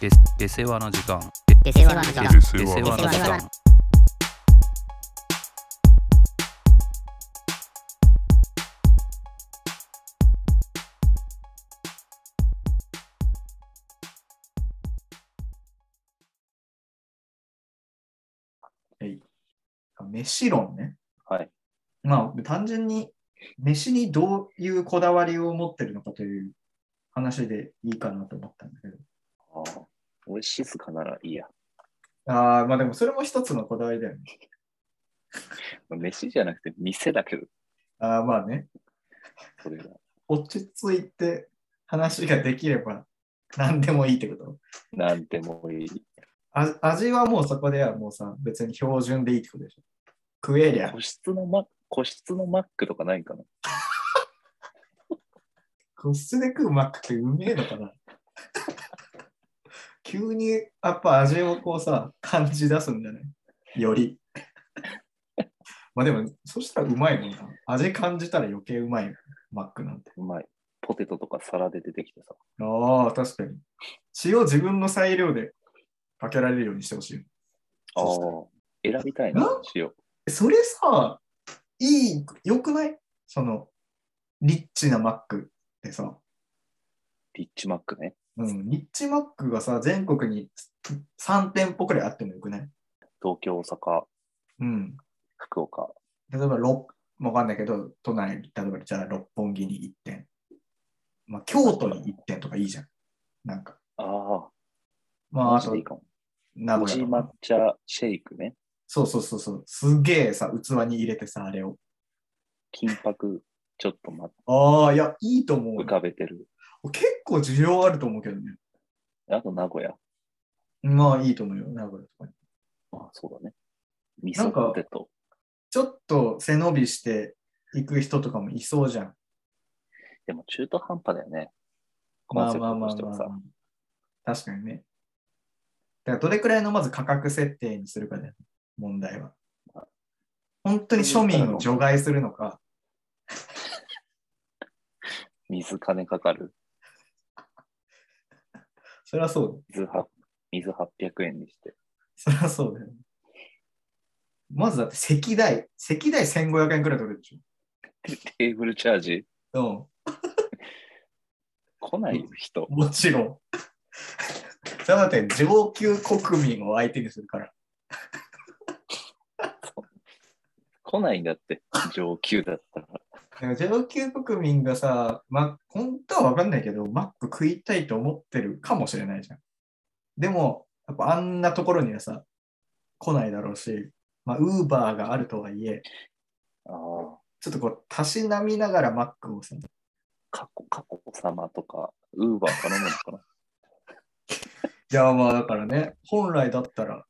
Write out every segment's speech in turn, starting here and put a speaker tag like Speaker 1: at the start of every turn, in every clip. Speaker 1: で出世話の時間
Speaker 2: 出世話の時間
Speaker 3: で
Speaker 1: 出
Speaker 3: 世
Speaker 1: 世話の
Speaker 3: 話
Speaker 1: 時間
Speaker 4: 飯論ね。
Speaker 5: はい。
Speaker 4: まあ、単純に、飯にどういうこだわりを持ってるのかという話でいいかなと思ったんだけど。
Speaker 5: ああ、俺静かならいいや。
Speaker 4: ああ、まあでもそれも一つのこだわりだよね。
Speaker 5: 飯じゃなくて店だけど、
Speaker 4: ああ、まあね。
Speaker 5: それが。
Speaker 4: 落ち着いて話ができれば何でもいいってこと
Speaker 5: なんでもいい。
Speaker 4: あ味はもうそこではもうさ、別に標準でいいってことでしょ。食えりゃ
Speaker 5: 個、室のマ個室のマックとかないかな。
Speaker 4: 個室で食うマックってうめえのかな 急にやっぱ味をこうさ、感じ出すんじゃないより。 まあでも、そしたらうまいもんな。味感じたら余計うまいよマックなんて。
Speaker 5: うまい。ポテトとか皿で出てきてさ。
Speaker 4: ああ、確かに。塩自分の裁量でかけられるようにしてほしい。
Speaker 5: ああ
Speaker 4: そ。
Speaker 5: 選びたいな
Speaker 4: な、
Speaker 5: 塩。
Speaker 4: それさ、いい、よくないその、リッチなマックってさ、
Speaker 5: リッチマックね。
Speaker 4: うん、リッチマックがさ、全国に3店舗くらいあってもよくない
Speaker 5: 東京、大阪、
Speaker 4: うん。
Speaker 5: 福岡。
Speaker 4: 例えば、六わかんないけど、都内、例えば、じゃあ、六本木に1店。まあ、京都に1店とかいいじゃん。なんか。
Speaker 5: あ
Speaker 4: ま
Speaker 5: あ、
Speaker 4: あ、
Speaker 5: マ
Speaker 4: あ
Speaker 5: ジ
Speaker 4: と
Speaker 5: でいい、かも。
Speaker 4: 名
Speaker 5: 宇
Speaker 4: 古
Speaker 5: 治
Speaker 4: 屋と
Speaker 5: 抹
Speaker 4: か。
Speaker 5: 茶シェイクね。
Speaker 4: そうそうそうそう。すげえさ、器に入れてさ、あれを。
Speaker 5: 金箔、ちょっとま
Speaker 4: ああ、いや、いいと思
Speaker 5: 浮かべてる。
Speaker 4: う。結構需要あると思うけどね。
Speaker 5: あと名古屋。
Speaker 4: まあ、いいと思うよ、名古屋とかに。
Speaker 5: あそうだね。味
Speaker 4: な
Speaker 5: 噌
Speaker 4: んか
Speaker 5: ポテト。
Speaker 4: ちょっと背伸びしていく人とかもいそうじゃん。
Speaker 5: でも中途半端だよね。コ
Speaker 4: ま
Speaker 5: ン
Speaker 4: あ
Speaker 5: セプ
Speaker 4: まあ
Speaker 5: ト
Speaker 4: まあ
Speaker 5: として
Speaker 4: ま
Speaker 5: は
Speaker 4: あ
Speaker 5: さ。。
Speaker 4: 確かにね。だからどれくらいのまず価格設定にするかだよね、問題は。本当に庶民を除外するのか、
Speaker 5: 水金かかる。
Speaker 4: そりゃそうだよ。
Speaker 5: 水は水800円にして。
Speaker 4: そりゃそうだよね。まずだって石代、石代1500円くらい取れるでし
Speaker 5: テーブルチャージ
Speaker 4: ょ。
Speaker 5: 来ないよ人。
Speaker 4: うん、もちろん。 それはだって上級国民を相手にするから。
Speaker 5: 来ないんだって。上級だったら。
Speaker 4: でも上級国民がさ、ま、本当は分かんないけど、マック食いたいと思ってるかもしれないじゃん。でも、やっぱあんなところにはさ、来ないだろうし、まあ、ウーバーがあるとはいえ、
Speaker 5: ああ。
Speaker 4: ちょっとこう、たしなみながらマックをさ、
Speaker 5: かこ、かこ様とか、ウーバー頼むのかな。
Speaker 4: いや、まあだからね、本来だったら、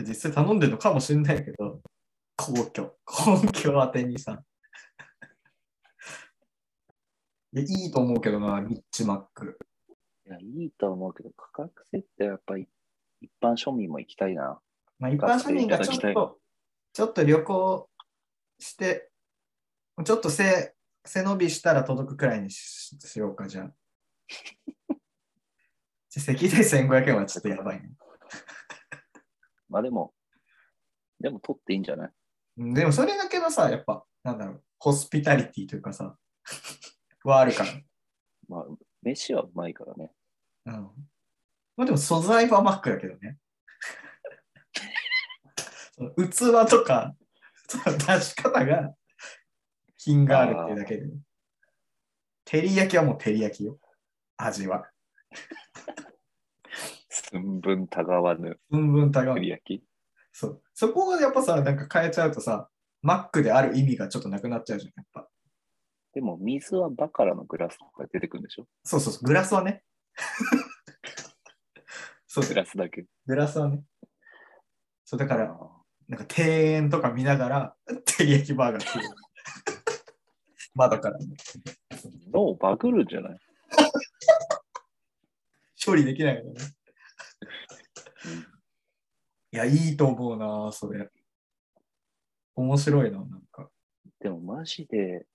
Speaker 4: 実際頼んでるのかもしれないけど、皇居、皇居宛てにさ。 いやいいと思うけどな、リッチマック。
Speaker 5: いや、いいとは思うけど、価格設定はやっぱり一般庶民も行きたいな。
Speaker 4: まあ、一般庶民がちょ
Speaker 5: 行かせて
Speaker 4: っ
Speaker 5: いただ
Speaker 4: と、ちょっと旅行して、ちょっと背背伸びしたら届くくらいにししようか、じゃあ。 じゃあ赤代1500円はちょっとやばいね。
Speaker 5: まあでも、でも取っていいんじゃない
Speaker 4: うんでもそれだけのさ、やっぱ、なんだろう、ホスピタリティというかさ、 はあるか
Speaker 5: まあ、飯はうまいからね。
Speaker 4: ら。うん。まあでも素材はマックだけど ね。その器とか、その出し方が品があるっていうだけで。照り焼きはもう照り焼きよ。味は。
Speaker 5: 寸分たがわぬ
Speaker 4: うんぶんたが
Speaker 5: 栗焼き。
Speaker 4: そう。そこをやっぱさ、なんか変えちゃうとさ、マックである意味がちょっとなくなっちゃうじゃん、やっぱ。
Speaker 5: でも、水はバカラのグラスとか出てくるんでしょ
Speaker 4: そうそうそう、グラスは ね。そう
Speaker 5: グラスだけ。
Speaker 4: グラスはね。そうだから、
Speaker 5: あ
Speaker 4: なんか庭園とか見ながら、 照り焼きバーガー食う。 窓から、ね、
Speaker 5: ー脳バグるんじゃない
Speaker 4: 処理できないからね。 いや、いいと思うな、それ。面白いな、なんか。
Speaker 5: でも、マジで、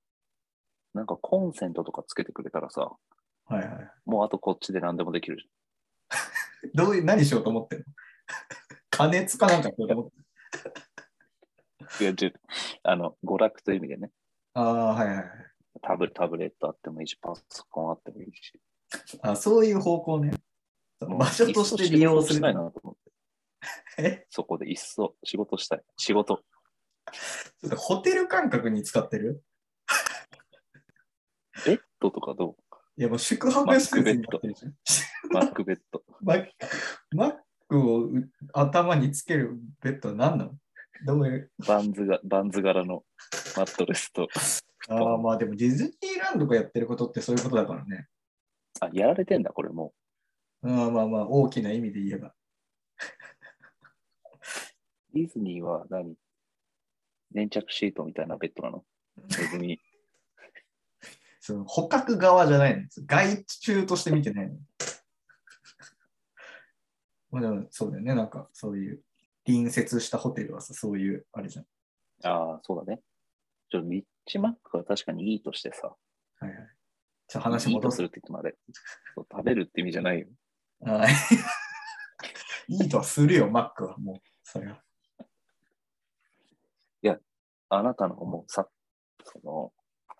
Speaker 5: なんかコンセントとかつけてくれたらさ、
Speaker 4: はいはい。
Speaker 5: もうあとこっちで何でもできるじ
Speaker 4: どういう、何しようと思ってんの 加熱かなんかしようと思ってんの
Speaker 5: いやちょっとあの、娯楽という意味でね、
Speaker 4: ああ、はいはいはい。
Speaker 5: タブタブレットあってもいいし、パソコンあってもいいし。
Speaker 4: あそういう方向ね。その場所として利用す
Speaker 5: いっそ仕事したい
Speaker 4: る。
Speaker 5: なと思って。
Speaker 4: え
Speaker 5: そこでいっそ仕事したい。仕事。
Speaker 4: ちょっとホテル感覚に使ってる
Speaker 5: ベッドとかど
Speaker 4: いやもう宿泊施設になってるじゃん。
Speaker 5: うマックベッド。
Speaker 4: マッマックをう頭につけるベッドは何なのどういう
Speaker 5: バンズが、バンズ柄のマットレスと。
Speaker 4: ああまあでもディズニーランドがやってることってそういうことだからね。
Speaker 5: あ、やられてんだ、これも
Speaker 4: あーまあまあ大きな意味で言えば。
Speaker 5: う。ディズニーは何粘着シートみたいなベッドなの別に。
Speaker 4: その捕獲側じゃないんです。外中として見てないの。 まあでもそうだよね。なんかそういう隣接したホテルはさ、そういうあれじゃん。
Speaker 5: ああ、そうだね。ちょ、リッチマックは確かにいいとしてさ。
Speaker 4: はいはい。じゃ話
Speaker 5: いいと
Speaker 4: 戻
Speaker 5: す
Speaker 4: す。
Speaker 5: るって言ってもあれ。そう食べるって意味じゃないよ。
Speaker 4: はい いいとはするよ、マックは。もう、それは。
Speaker 5: あなたの思うさ、その、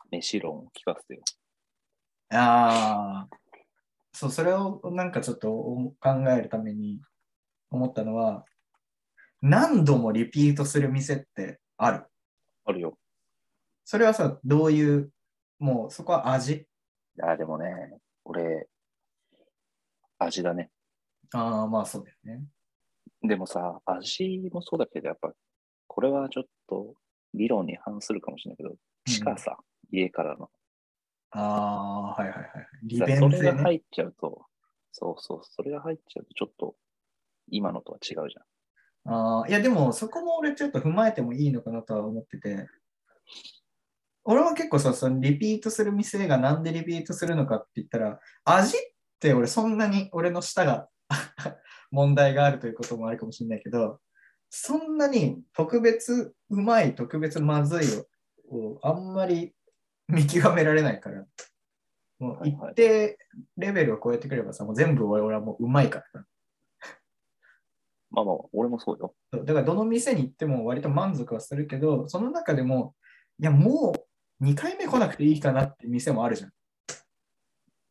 Speaker 5: 飯論を聞かせてよ。
Speaker 4: ああ。そう、それをなんかちょっとお考えるために思ったのは、何度もリピートする店ってある。
Speaker 5: あるよ。
Speaker 4: それはさ、どういう、もうそこは味
Speaker 5: いや、でもね、俺、味だね。
Speaker 4: ああ、まあそうだよね。
Speaker 5: でもさ、味もそうだけど、やっぱ、これはちょっと理論に反するかもしれないけど、近さ、家からの。
Speaker 4: ああ、はいはいはい。利
Speaker 5: だから
Speaker 4: 便
Speaker 5: それ
Speaker 4: 性
Speaker 5: が
Speaker 4: ね。
Speaker 5: 入っちゃうと、そうそう、それが入っちゃうと、ちょっと、今のとは違うじゃん。
Speaker 4: ああ、いやでもそこも俺ちょっと踏まえてもいいのかなとは思ってて。俺は結構さ、そのリピートする店がなんでリピートするのかって言ったら、味って俺そんなに俺の舌が 問題があるということもあるかもしれないけど、そんなに特別うまい、特別まずいををあんまり見極められないから、もう一定レベルを超えてくればさ、もう全部俺はもううまいからさ。
Speaker 5: まあまあ、俺もそうよ。
Speaker 4: そうだからどの店に行っても割と満足はするけど、その中でも、いや、もう2回目来なくていいかなって店もあるじゃん。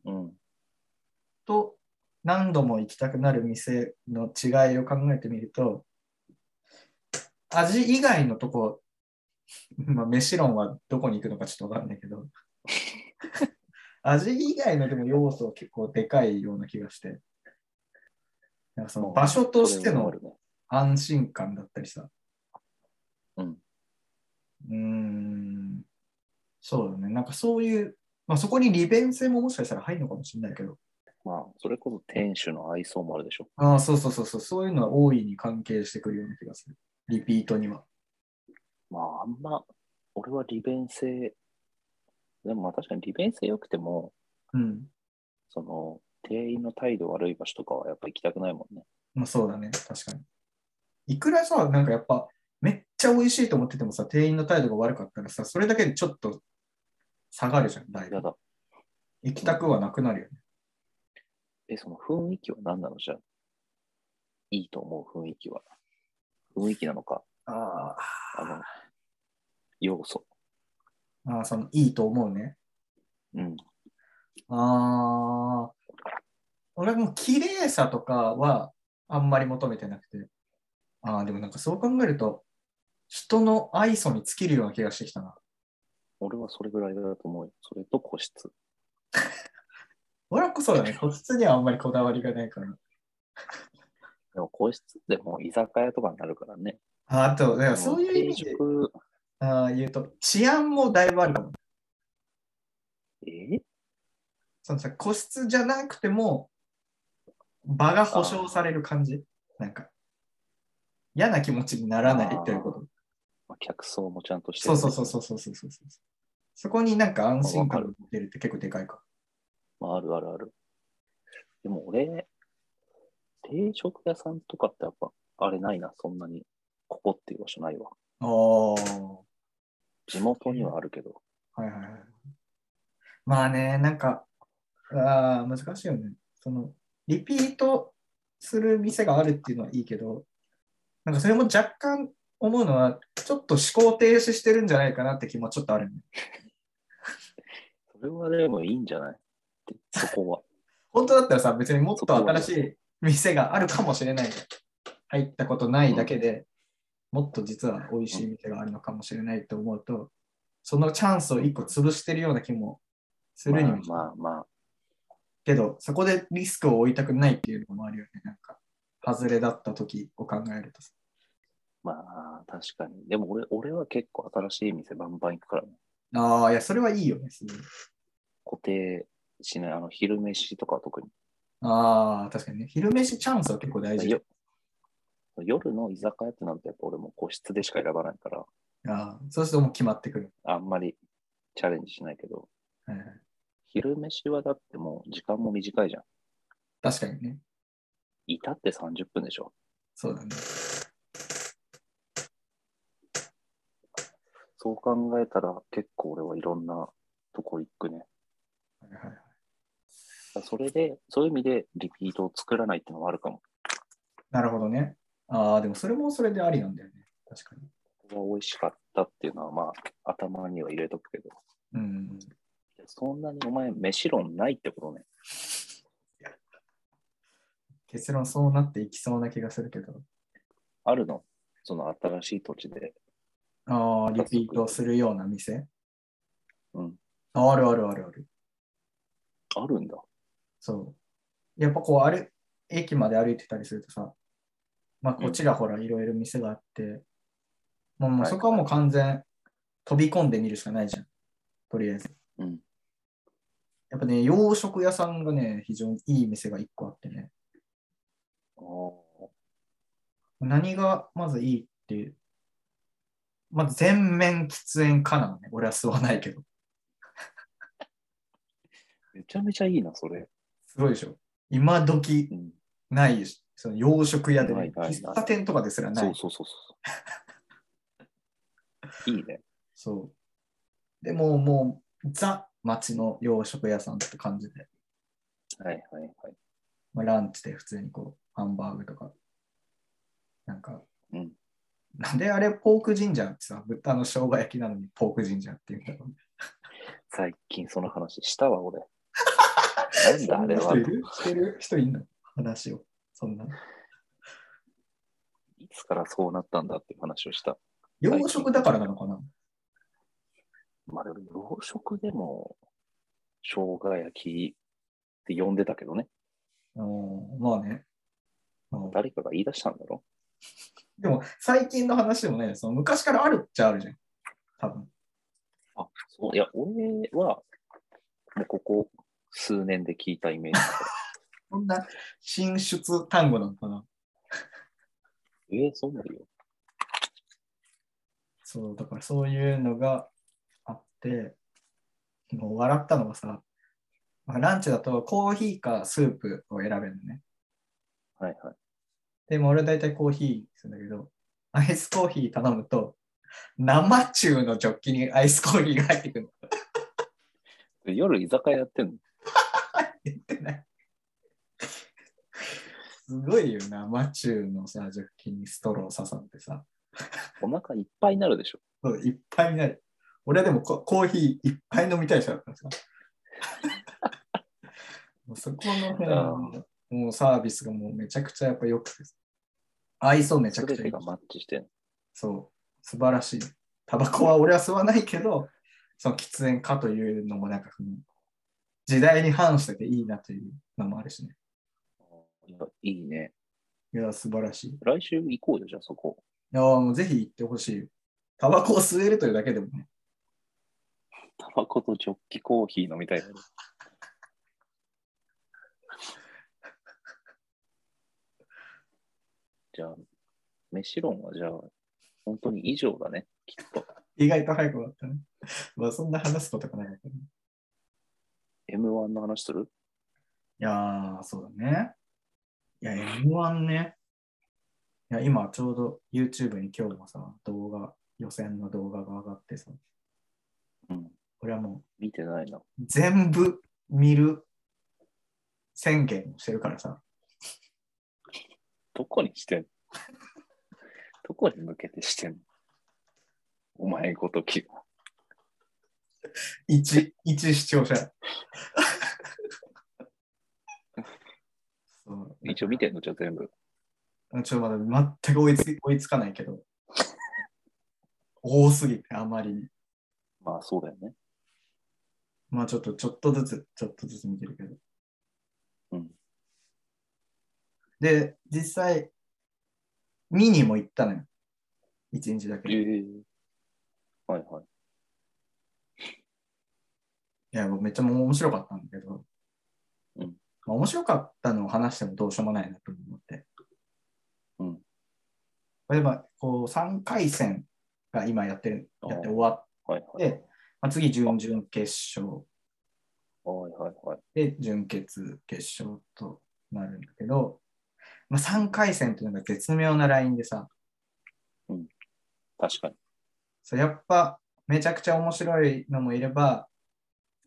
Speaker 5: うん。
Speaker 4: と、何度も行きたくなる店の違いを考えてみると、味以外のとこ、まあ、飯論はどこに行くのかちょっとわかんないけ ど、味以外のでも要素は結構でかいような気がして、なんかその場所としての
Speaker 5: それはあるね
Speaker 4: 安心感だったりさ。
Speaker 5: うん。
Speaker 4: うーん。そうだね。なんかそういう、まあそこに利便性ももしかしたら入るのかもしれないけど。
Speaker 5: まあ、それこそ店主の愛想もあるでしょ。
Speaker 4: ああ、そうそうそうそう。そういうのは大いに関係してくるような気がする。リピートには。
Speaker 5: まあ、あんま、俺は利便性、でもまあ確かに利便性良くても、
Speaker 4: うん。
Speaker 5: その、店員の態度悪い場所とかはやっぱ行きたくないもんね。
Speaker 4: まあそうだね。確かに。いくらさ、なんかやっぱ、めっちゃ美味しいと思っててもさ、店員の態度が悪かったらさ、それだけでちょっと下がるじゃん、だいぶ
Speaker 5: や。だ。
Speaker 4: 行きたくはなくなるよね。
Speaker 5: え、その雰囲気は何なのじゃあいいと思う雰囲気は。雰囲気なのか、
Speaker 4: あ
Speaker 5: あの、要素。
Speaker 4: ああ、その、いいと思うね。
Speaker 5: うん。
Speaker 4: ああ、俺もう綺麗さとかはあんまり求めてなくて。ああ、でもなんかそう考えると、人の愛想に尽きるような気がしてきたな。
Speaker 5: 俺はそれぐらいだと思うよ。それと個室。
Speaker 4: 俺はこそだね、個室にはあんまりこだわりがないから。
Speaker 5: でも個室でもう居酒屋とかになるからね。
Speaker 4: ああと、だからそういう意味
Speaker 5: 定
Speaker 4: で
Speaker 5: 食
Speaker 4: ああ言うと、治安もだいぶあるかも。
Speaker 5: え
Speaker 4: そのさ、個室じゃなくても、場が保証される感じ。なんか、嫌な気持ちにならないということ。
Speaker 5: まあ、客層もちゃんとして
Speaker 4: そう
Speaker 5: る
Speaker 4: そうそうそうそうそうそうそう。そこになんか安心感
Speaker 5: わ
Speaker 4: が出るって結構でかいか。
Speaker 5: まあ、あるあるある。でも俺、定食屋さんとかってやっぱ、あれないな、そんなに。ここっていう場所ないわ。
Speaker 4: ああ。は
Speaker 5: 地元にはあるけど。
Speaker 4: いはいはい。まあね、なんか、ああ、難しいよね。その、リピートする店があるっていうのはいいけど、なんかそれも若干思うのは、ちょっと思考停止してるんじゃないかなって気もちょっとある、ね、
Speaker 5: それはでもいいんじゃないってそこ は。
Speaker 4: 本当だったらさ、別にもっと新しい店があるかもしれないじゃん。入ったことないだけで、もっと実は美味しい店があるのかもしれないと思うと、そのチャンスを一個潰してるような気もするにも、
Speaker 5: まあまあまあ、
Speaker 4: けど、そこでリスクを負いたくないっていうのもあるよね。なんか、外れだった時を考えるとさ。
Speaker 5: まあ、確かに。でも俺、俺は結構新しい店バンバン行くからね。
Speaker 4: ああ、いや、それはいいよね。すごい
Speaker 5: 固定しない。あの、昼飯とかは特に。
Speaker 4: ああ、確かにね。昼飯チャンスは結構大事。
Speaker 5: よ夜の居酒屋ってなると、やっぱ俺も個室でしか選ばないから、
Speaker 4: ああそうするともう決まってくる。
Speaker 5: あんまりチャレンジしないけど、
Speaker 4: はいはい
Speaker 5: 昼飯はだってもう時間も短いじゃん。
Speaker 4: 確かにね。
Speaker 5: いたって30分でしょ。
Speaker 4: そうだね。
Speaker 5: そう考えたら結構俺はいろんなとこ行くね。
Speaker 4: はいはいはい
Speaker 5: だからそれで、そういう意味でリピートを作らないっていうのもあるかも。
Speaker 4: なるほどね。ああ、でもそれもそれでありなんだよね。確かに。
Speaker 5: ここが美味しかったっていうのはまあ頭には入れとくけど、
Speaker 4: うん。
Speaker 5: そんなにお前飯論ないってことね。
Speaker 4: 結論そうなっていきそうな気がするけど。
Speaker 5: あるのその新しい土地で。
Speaker 4: ああ、リピートするような店。
Speaker 5: うん。
Speaker 4: ああるあるあるある。
Speaker 5: あるんだ。
Speaker 4: そう。やっぱこう、あれ、駅まで歩いてたりするとさ、まあ、こうちらほらいろいろ店があって、もうもう
Speaker 5: はい
Speaker 4: そこはもう完全飛び込んでみるしかないじゃん。とりあえず。
Speaker 5: うん
Speaker 4: やっぱね、洋食屋さんがね、非常にいい店が1個あってね。
Speaker 5: あー
Speaker 4: 何がまずいいっていう。まず全面喫煙かなのね。俺は吸わないけど。
Speaker 5: めちゃめちゃいいな、それ。
Speaker 4: すごいでしょ。今時
Speaker 5: うん、
Speaker 4: ないし、その洋食屋でね、
Speaker 5: ないないない
Speaker 4: 喫茶店とかですらない。
Speaker 5: そうそうそうそう。いいね。
Speaker 4: そう。でもう、もう、ザ町の洋食屋さんって感じで、
Speaker 5: はいはいはい。
Speaker 4: まあ、ランチで普通にこう、ハンバーグとか、なんか、
Speaker 5: うん
Speaker 4: なんであれ、ポークジンジャーってさ、豚の生姜焼きなのにポークジンジャーって言うんだろうね。
Speaker 5: 最近その話した わ、俺。なんだあれは
Speaker 4: そんな人い。るしてる人いんの話を。そんな。
Speaker 5: いつからそうなったんだっていう話をした。
Speaker 4: 洋食だからなのかな
Speaker 5: まあでも、洋食でも、生姜焼きって呼んでたけどね。
Speaker 4: うん、まあね。うん
Speaker 5: 誰かが言い出したんだろ
Speaker 4: でも、最近の話でもね、その昔からあるっちゃあるじゃん。多分。
Speaker 5: あ、そう。いや、俺は、もうここ数年で聞いたイメージ。
Speaker 4: こんな進出単語なのかな
Speaker 5: えー、そうなるよ。
Speaker 4: そう、だからそういうのがあって、もう笑ったのがさ、まあランチだとコーヒーかスープを選べるのね。
Speaker 5: はいはい。
Speaker 4: でも俺は大体コーヒーにするんだけど、アイスコーヒー頼むと、生中のジョッキにアイスコーヒーが入ってくる
Speaker 5: で夜居酒屋やってんの
Speaker 4: の。ないすごいよ、生中のさ、ジョッキにストロー刺さってさ、
Speaker 5: お腹いっぱいになるでしょ。
Speaker 4: そういっぱいになる。俺はでもココーヒーいっぱい飲みたい人だから さ。もうそこの辺
Speaker 5: あ
Speaker 4: のもうサービスがもうめちゃくちゃやっぱ良くて。愛想めちゃ
Speaker 5: す
Speaker 4: く
Speaker 5: べ
Speaker 4: ちゃい
Speaker 5: て
Speaker 4: い
Speaker 5: が。マッチしてんの。
Speaker 4: そう。素晴らしい。タバコは俺は吸わないけど、その喫煙かというのもなんかその時代に反してていいなというのもあるしね。
Speaker 5: いやいいね。
Speaker 4: いや、素晴らしい。い
Speaker 5: 来週行こうよ、じゃあそこ。
Speaker 4: や、もうぜひ行ってほしいよ。タバコを吸えるというだけでもね。
Speaker 5: タバコとジョッキコーヒー飲みたいな。 じゃあ、飯論はじゃあ、本当に以上だね、きっと。
Speaker 4: 意外と早く終わったね。 まあそんな話すことがないからね。
Speaker 5: M1 の話する
Speaker 4: いやー、そうだね。いや、M1 ね。いや、今ちょうど YouTube に今日もさ、動画、予選の動画が上がってさ、
Speaker 5: うん。
Speaker 4: 俺はも
Speaker 5: 見てないな。
Speaker 4: う全部見る宣言をしてるからさ、
Speaker 5: どこにしてん のどこに向けてしてんのお前ごときが。
Speaker 4: 一、 一視聴 者。そう
Speaker 5: 一応見てんのじゃあ全部。
Speaker 4: ちょっとまだ全く追いつ追いつかないけど。多すぎて、あまりに。
Speaker 5: まあそうだよね。
Speaker 4: まあちょっと、ちょっとずつ、ちょっとずつ見てるけど。
Speaker 5: うん。
Speaker 4: で、実際、見にも行ったのよ。一日だけ。い
Speaker 5: えはいはい。
Speaker 4: や、もうめっちゃもう面白かったんだけど。
Speaker 5: うん
Speaker 4: まあ、面白かったのを話してもどうしようもないなと思って。
Speaker 5: うん。
Speaker 4: 例えば、こう、3回戦が今やってる、やって終わっ
Speaker 5: はいはい。
Speaker 4: て、まあ、次、準々決勝。
Speaker 5: はいはいはい。
Speaker 4: で、準決、決勝となるんだけど、まあ、3回戦っていうのが絶妙なラインでさ、
Speaker 5: 確かに。
Speaker 4: そうやっぱめちゃくちゃ面白いのもいれば、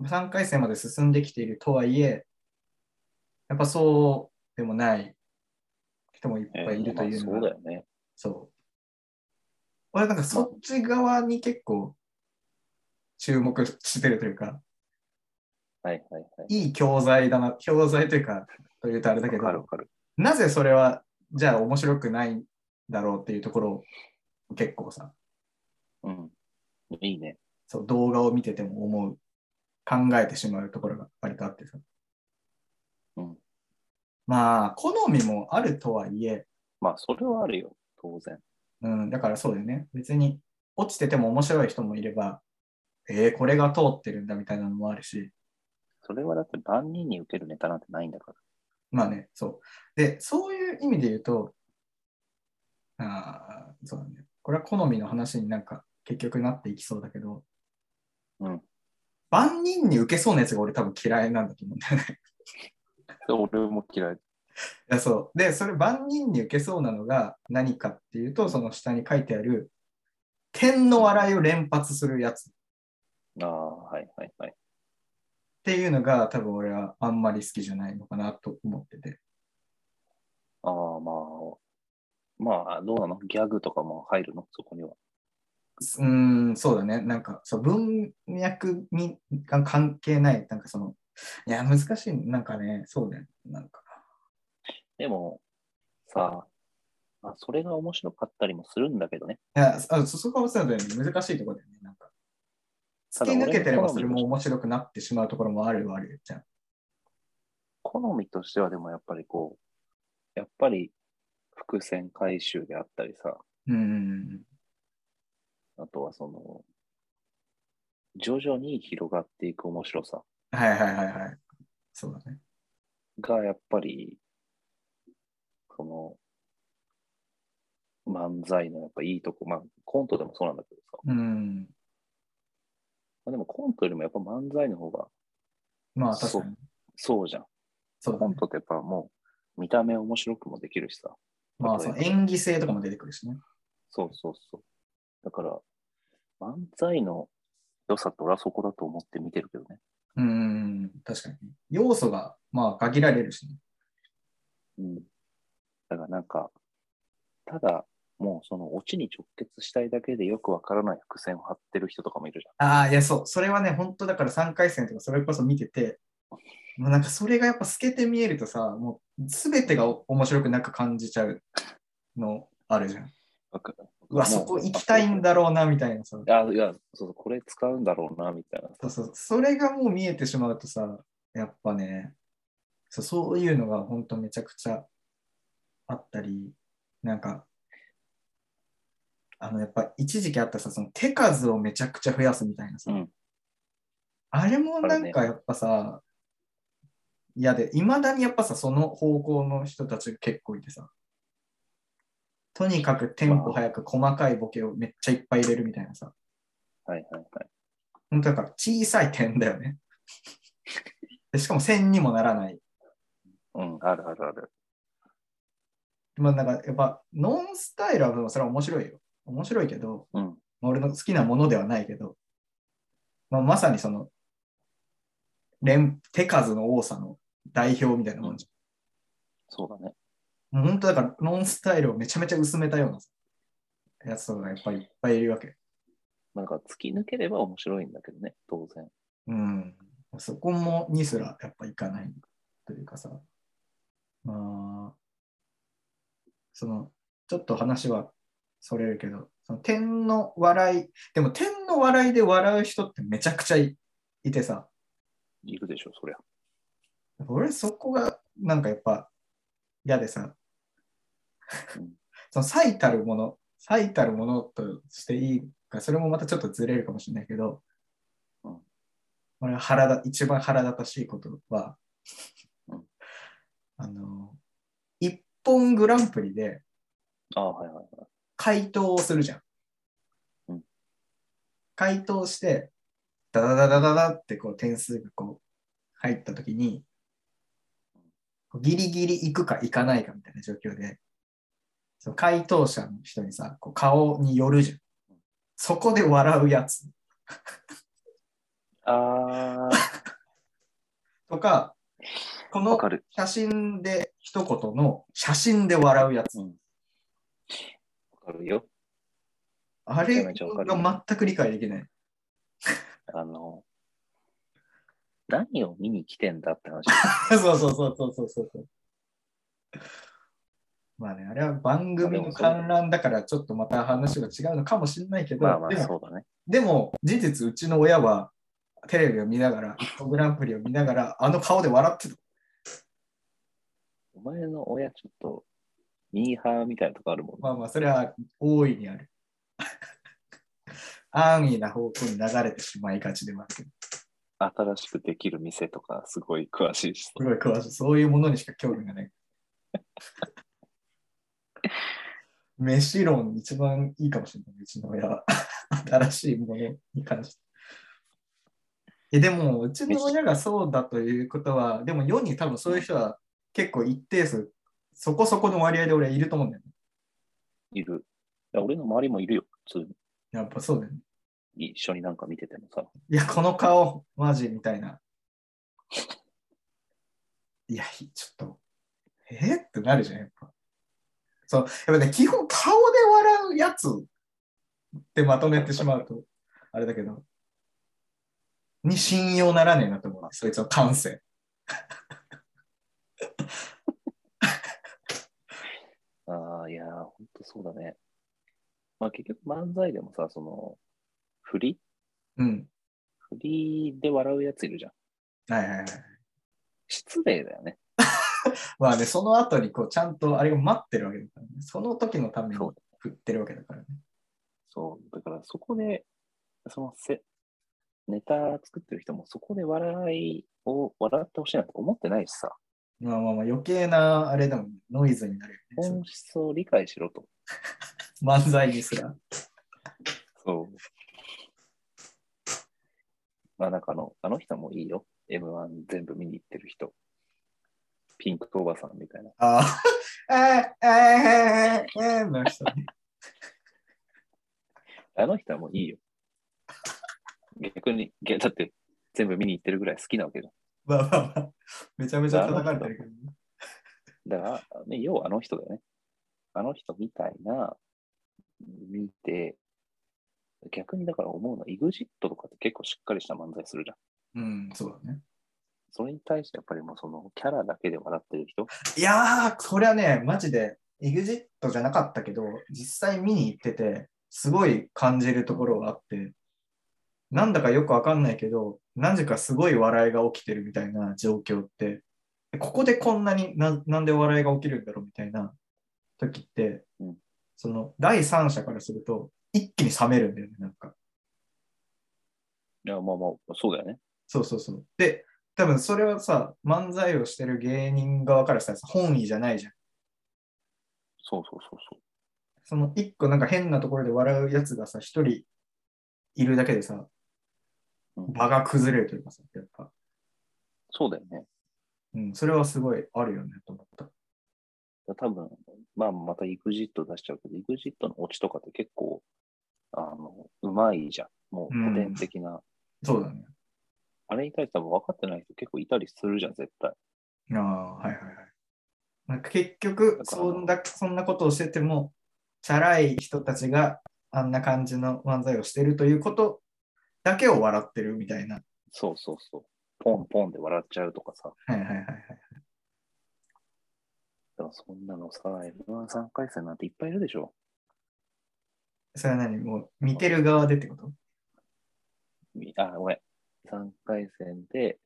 Speaker 4: 3回戦まで進んできているとはいえ、やっぱそうでもない人もいっぱいいるというの
Speaker 5: まあ
Speaker 4: が、
Speaker 5: そうだよね。
Speaker 4: そう。俺なんかそっち側に結構注目してるというか、
Speaker 5: はいはいはい。
Speaker 4: いい教材だな、教材というか、というとあれだけ
Speaker 5: わ
Speaker 4: ど
Speaker 5: か、るわかる。
Speaker 4: なぜそれはじゃあ面白くないんだろうっていうところを結構さ
Speaker 5: うん。いいね。
Speaker 4: そう動画を見てても思う考えてしまうところが割とあってさ、
Speaker 5: うん
Speaker 4: まあ好みもあるとはいえ、
Speaker 5: まあそれはあるよ。当然。
Speaker 4: うん、だからそうだよね別に落ちてても面白い人もいればえー、これが通ってるんだみたいなのもあるし
Speaker 5: それはだって万人に受けるネタなんてないんだから。
Speaker 4: まあねそうでそういう意味で言うとあーそうだねこれは好みの話になんか結局なっていきそうだけど、
Speaker 5: うん。
Speaker 4: 万人に受けそうなやつが俺多分嫌いなんだと思うんだよね。
Speaker 5: で俺も嫌い。
Speaker 4: いやそうで、それ万人に受けそうなのが何かっていうと、その下に書いてある、点の笑いを連発するやつっ
Speaker 5: ああ、はいはいはい。
Speaker 4: ていうのが多分俺はあんまり好きじゃないのかなと思ってて。
Speaker 5: ああ、まあ。まあ、どうなのギャグとかも入るのそこには。
Speaker 4: うーん、そうだね。なんか、そう文脈にが関係ない、なんかその、いや、難しい。なんかね、そうだよ、ね。なんか、
Speaker 5: でも、さあ、まあ、それが面白かったりもするんだけどね。
Speaker 4: いや、あそそこはそうだよね。難しいところだよね。なんか、突
Speaker 5: た
Speaker 4: き
Speaker 5: だ俺の
Speaker 4: 抜けてれば
Speaker 5: 好み
Speaker 4: それも面白くなってしまうところもあるはあるじゃん。
Speaker 5: 好みとしてはでもやっぱりこう、やっぱり伏線回収であったりさ、
Speaker 4: うんうん
Speaker 5: あとはその、徐々に広がっていく面白さ
Speaker 4: うん。はいはいはいはい。そうだね。
Speaker 5: がやっぱり、その、漫才のやっぱいいとこ、まあコントでもそうなんだけどさ、
Speaker 4: うん。
Speaker 5: まあ、でもコントよりもやっぱ漫才の方が
Speaker 4: まあ確かに。
Speaker 5: そうじゃん。
Speaker 4: そうだ
Speaker 5: コン
Speaker 4: ね。
Speaker 5: トってやっぱもう見た目面白くもできるしさ、
Speaker 4: まあその演技性とかも出てくるしね。
Speaker 5: そうそうそう。だから、漫才の良さって俺はそこだと思って見てるけどね。
Speaker 4: うんうんうん。確かに。要素がまあ限られるしね。
Speaker 5: うん。だからなんか、ただ、もうそのオチに直結したいだけでよくわからない伏線を張ってる人とかもいるじ
Speaker 4: ああ、いやそう。それはね、本当だから3回戦とかそれこそ見てて、もうなんかそれがやっぱ透けて見えるとさ、もう全てが面白くなく感じちゃうのあるじゃん。
Speaker 5: ゃん。わかる
Speaker 4: うわ、そこ行きたいん。だろうな、みたいなさ。
Speaker 5: あ、いや、そうそう、これ使うんだろうな、みたいな。
Speaker 4: そうそう、それがもう見えてしまうとさ、やっぱね、そうそういうのが本当めちゃくちゃあったり、なんか、あの、やっぱ一時期あったさ、その手数をめちゃくちゃ増やすみたいなさ、
Speaker 5: うん
Speaker 4: あれもなんかやっぱさ、嫌、で、いまだにやっぱさ、その方向の人たちが結構いてさ、とにかくテンポ早く細かいボケをめっちゃいっぱい入れるみたいなさ、
Speaker 5: はいはいはい。
Speaker 4: 本当だから小さい点だよね。 でしかも線にもならない。
Speaker 5: うん、あるあるある。
Speaker 4: まあなんかやっぱノンスタイルはでもそれは面白いよ。面白いけど、
Speaker 5: うん。
Speaker 4: まあ俺の好きなものではないけど、まあ、まさにその連手数の多さの代表みたいなもんじ
Speaker 5: そうだね。
Speaker 4: もう本当だから、ノンスタイルをめちゃめちゃ薄めたようなやつとかがやっぱりいっぱいいるわけ。
Speaker 5: なんか突き抜ければ面白いんだけどね、当然。
Speaker 4: うん。そこもにすらやっぱいかないというかさ、まあ、その、ちょっと話はそれるけど、その点の笑い、でも点の笑いで笑う人ってめちゃくちゃいいてさ、
Speaker 5: いるでしょ、そりゃ。
Speaker 4: 俺そこがなんかやっぱ嫌でさ
Speaker 5: うん、
Speaker 4: その最たるもの、最たるものとしていいか、それもまたちょっとずれるかもしれないけど、
Speaker 5: うん
Speaker 4: 俺は腹だ一番腹立たしいことは、
Speaker 5: うん
Speaker 4: あの、一本グランプリで
Speaker 5: ああ、はいはいはい。
Speaker 4: 回答をするじゃん。
Speaker 5: うん
Speaker 4: 回答して、ダダダダダダってこう点数がこう入った時に、ギリギリ行くか行かないかみたいな状況で、その回答者の人にさ、こう顔によるじゃん。そこで笑うやつ
Speaker 5: あ
Speaker 4: とか、こ
Speaker 5: あ、わ
Speaker 4: の
Speaker 5: かる。
Speaker 4: 写真で一言の写真で笑うやつ
Speaker 5: う。ん。わかるよ。
Speaker 4: あ
Speaker 5: めち
Speaker 4: れ
Speaker 5: ゃめちゃわかる
Speaker 4: が全く理解できない。
Speaker 5: あの、何を見に来てんだ って話。
Speaker 4: そうそうそうそうそうそうそう。まあね、あれは番組の観覧だからちょっとまた話が違うのかもしれないけど、
Speaker 5: まあま
Speaker 4: で
Speaker 5: あ、
Speaker 4: も
Speaker 5: そうだね。
Speaker 4: でも、事実、うちの親はテレビを見ながら、一本グランプリを見ながら、あの顔で笑ってた。
Speaker 5: お前の親、ちょっと、ミーハーみたいなとこあるもんね。
Speaker 4: まあまあ、それは大いにある。 安易な方向に流れてしまいがちではあるけど、
Speaker 5: 新しくできる店とか、すごい詳しいし。
Speaker 4: すごい詳しい。そういうものにしか興味がない。飯論一番いいかもしれない、うちの親は。新しいものに関して。えでも、うちの親がそうだということは、でも世に多分そういう人は結構一定数、そこそこの割合で俺はいると思うんだよね。
Speaker 5: いる。いや俺の周りもいるよ、普通
Speaker 4: やっぱそうだよね。
Speaker 5: に。一緒になんか見ててもさ。
Speaker 4: いや、この顔、マジみたいな。いや、ひちょっと、えーってなるじゃん、やっぱ。そう、やっぱね、基本顔で笑うやつってまとめてしまうと、あれだけど、に信用ならねえなと思うな、そいつの感性。
Speaker 5: ああ、いやー、ほんとそうだね。まあ結局漫才でもさ、その、振り
Speaker 4: うん。
Speaker 5: 振りで笑うやついるじゃん。
Speaker 4: はいはいはい。
Speaker 5: 失礼だよね。
Speaker 4: まあね、その後にこう、ちゃんとあれが待ってるわけだからね。その時のために
Speaker 5: そう
Speaker 4: 振ってるわけだからね。
Speaker 5: そう。だからそこで、そのせ、ネタ作ってる人もそこで笑いを、笑ってほしいなんて思ってないしさ、
Speaker 4: まあまあまあ、余計な、あれだもんね、ノイズになるよね。
Speaker 5: 本質を理解しろと。
Speaker 4: 漫才にすら。
Speaker 5: そう。まあなんかあの、あの人もいいよ。M1 全部見に行ってる人。ピンクとおばさんみたいな。
Speaker 4: ああ、えー、えー、えー、えー、の人ね。
Speaker 5: あの人はもういいよ。逆に、げだって全部見に行ってるぐらい好きなわけだ。
Speaker 4: まあまあまあ、めちゃめちゃ叩かれてるけどね。
Speaker 5: だから、ね、要はあの人だよね。あの人みたいな、見て、逆にだから思うのは、EXIT とかって結構しっかりした漫才するじゃん。
Speaker 4: うん、そうだね。
Speaker 5: それに対してやっぱりもうそのキャラだけで笑ってる人、
Speaker 4: いやー、これはね、マジで、EXIT じゃなかったけど、実際見に行ってて、すごい感じるところがあって、なんだかよくわかんないけど、なぜかすごい笑いが起きてるみたいな状況って、ここでこんなにななんで笑いが起きるんだろうみたいな時って、
Speaker 5: うん
Speaker 4: その第三者からすると、一気に冷めるんだよね、なんか。
Speaker 5: いやまあまあ、そうだよね。
Speaker 4: そうそうそう。で、多分それはさ、漫才をしてる芸人側からしたらさ本意じゃないじゃん。
Speaker 5: そうそうそうそう。
Speaker 4: その一個なんか変なところで笑うやつがさ、一人いるだけでさ、
Speaker 5: うん
Speaker 4: 場が崩れるというかさ、やっぱ、
Speaker 5: そうだよね。
Speaker 4: うん、それはすごいあるよねと思った。
Speaker 5: 多分、まあまた EXIT 出しちゃうけど、EXIT のオチとかって結構、あの、うまいじゃん。もう古典的な。
Speaker 4: そうだね。
Speaker 5: あれに対して多分分かってない人結構いたりするじゃん、絶対。
Speaker 4: ああ、はいはいはい。なんか結局
Speaker 5: だから
Speaker 4: そんな、そんなことをしてても、チャラい人たちがあんな感じの漫才をしてるということだけを笑ってるみたいな。
Speaker 5: そうそうそう。ポンポンで笑っちゃうとかさ。
Speaker 4: はいはいはいはい。
Speaker 5: でもそんなのさ、M13 回戦なんていっぱいいるでしょ。
Speaker 4: それは何もう見てる側でってこと
Speaker 5: みあ、ごめん。3回戦で、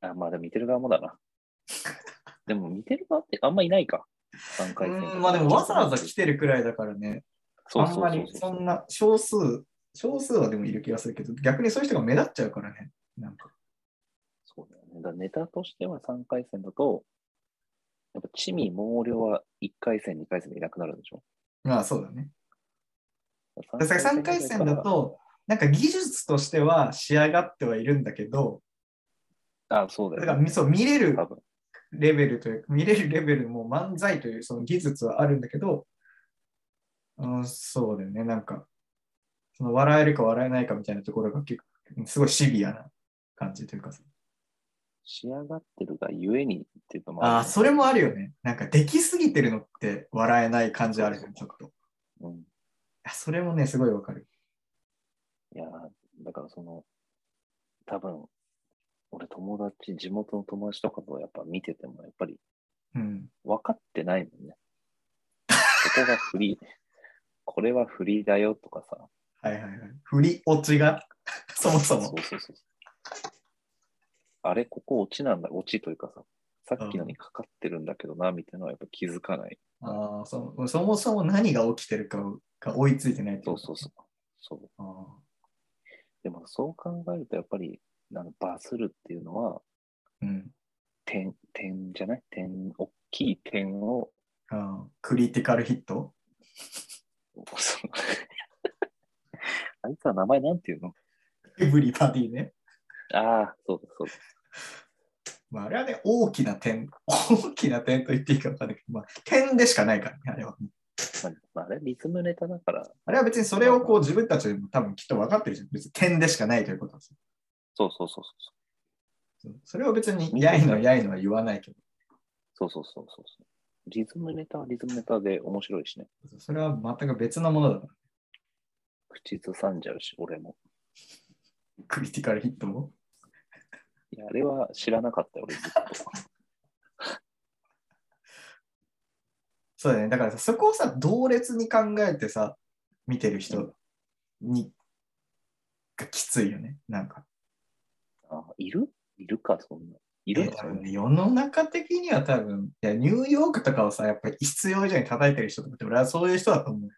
Speaker 5: あ、まあでも見てる側もだな。 でも見てる側ってあんまいないか。3
Speaker 4: う
Speaker 5: 回戦とか
Speaker 4: ん、まあでもわざわざ来てるくらいだからね、
Speaker 5: そう
Speaker 4: あん
Speaker 5: そう
Speaker 4: ま
Speaker 5: そう
Speaker 4: り
Speaker 5: そ
Speaker 4: そん
Speaker 5: う。
Speaker 4: な少数、少数はでもいる気がするけど、逆にそういう人が目立っちゃうからね。なんか
Speaker 5: そうだよね。だからネタとしては3回戦だと、やっぱ地味猛量は1回戦、2回戦でいなくなるでしょ。
Speaker 4: まあそうだね。
Speaker 5: 3
Speaker 4: だから3回戦だ、と、なんか技術としては仕上がってはいるんだけど、
Speaker 5: あ、そう
Speaker 4: だ
Speaker 5: だ
Speaker 4: から
Speaker 5: よ、
Speaker 4: み
Speaker 5: ね。
Speaker 4: そう見れる
Speaker 5: 多分
Speaker 4: レベルというか、見れるレベルも漫才というその技術はあるんだけど、うん、そうだよね、なんか、その笑えるか笑えないかみたいなところが結構、すごいシビアな感じというかさ。
Speaker 5: 仕上がってるがゆえにっていうのも
Speaker 4: ああ、
Speaker 5: る
Speaker 4: それもあるよね。なんか、できすぎてるのって笑えない感じあるよね、ちょっと。い
Speaker 5: うん。
Speaker 4: やそれもね、すごいわかる。
Speaker 5: いやー、だからその、多分、俺友達、地元の友達とかとやっぱ見てても、やっぱり
Speaker 4: うん。
Speaker 5: 分かってないもんね。ここが フリー、これはフリーだよとかさ。
Speaker 4: はいはいはい。振り落ちが、 そもそも
Speaker 5: そ。うそうそう。あれ、ここ落ちなんだ、落ちというかさ、さっきのにかかってるんだけどな、みたいなのはやっぱ気づかない。
Speaker 4: ああ、そそもそも何が起きてるかが追いついてないって
Speaker 5: そ
Speaker 4: こ
Speaker 5: う
Speaker 4: と
Speaker 5: そうそう。そう
Speaker 4: あ
Speaker 5: でもそう考えると、やっぱり、なんかバズるっていうのは、
Speaker 4: ーうん。
Speaker 5: 点、点じゃない点、大きい点を、
Speaker 4: あークリティカルヒット
Speaker 5: そうあいつは名前なんていうの
Speaker 4: エブリバディね。
Speaker 5: ああ、そうだそうだ。
Speaker 4: まあ、あれはね、大きな点。大きな点と言っていいか分かんないけど、まあ、点でしかないからね、あれは。
Speaker 5: まあ、あれ、リズムネタだから、
Speaker 4: あれは別にそれをこう自分たちでも多分きっと分かってるじゃん。別に点でしかないということです。
Speaker 5: そうそうそうそう。
Speaker 4: それを別に、やいのやいのは言わないけど、
Speaker 5: そうそうそうそうそう。リズムネタはリズムネタで面白いしね。
Speaker 4: それは全く別のものだから、
Speaker 5: 口ずさんじゃうし、俺も。
Speaker 4: クリティカルヒットも。
Speaker 5: いや、あれは知らなかったよ、俺ずっ
Speaker 4: そうだね。だからさ、そこをさ、同列に考えてさ、見てる人に、がきついよね。なんか。
Speaker 5: と。あいるいるか、そんな。いる
Speaker 4: え
Speaker 5: の
Speaker 4: ー
Speaker 5: そ
Speaker 4: 多
Speaker 5: んな
Speaker 4: 分ね世の中的には多分、いや、ニューヨークとかをさ、やっぱり必要以上に叩いてる人とかって、俺はそういう人だと思う。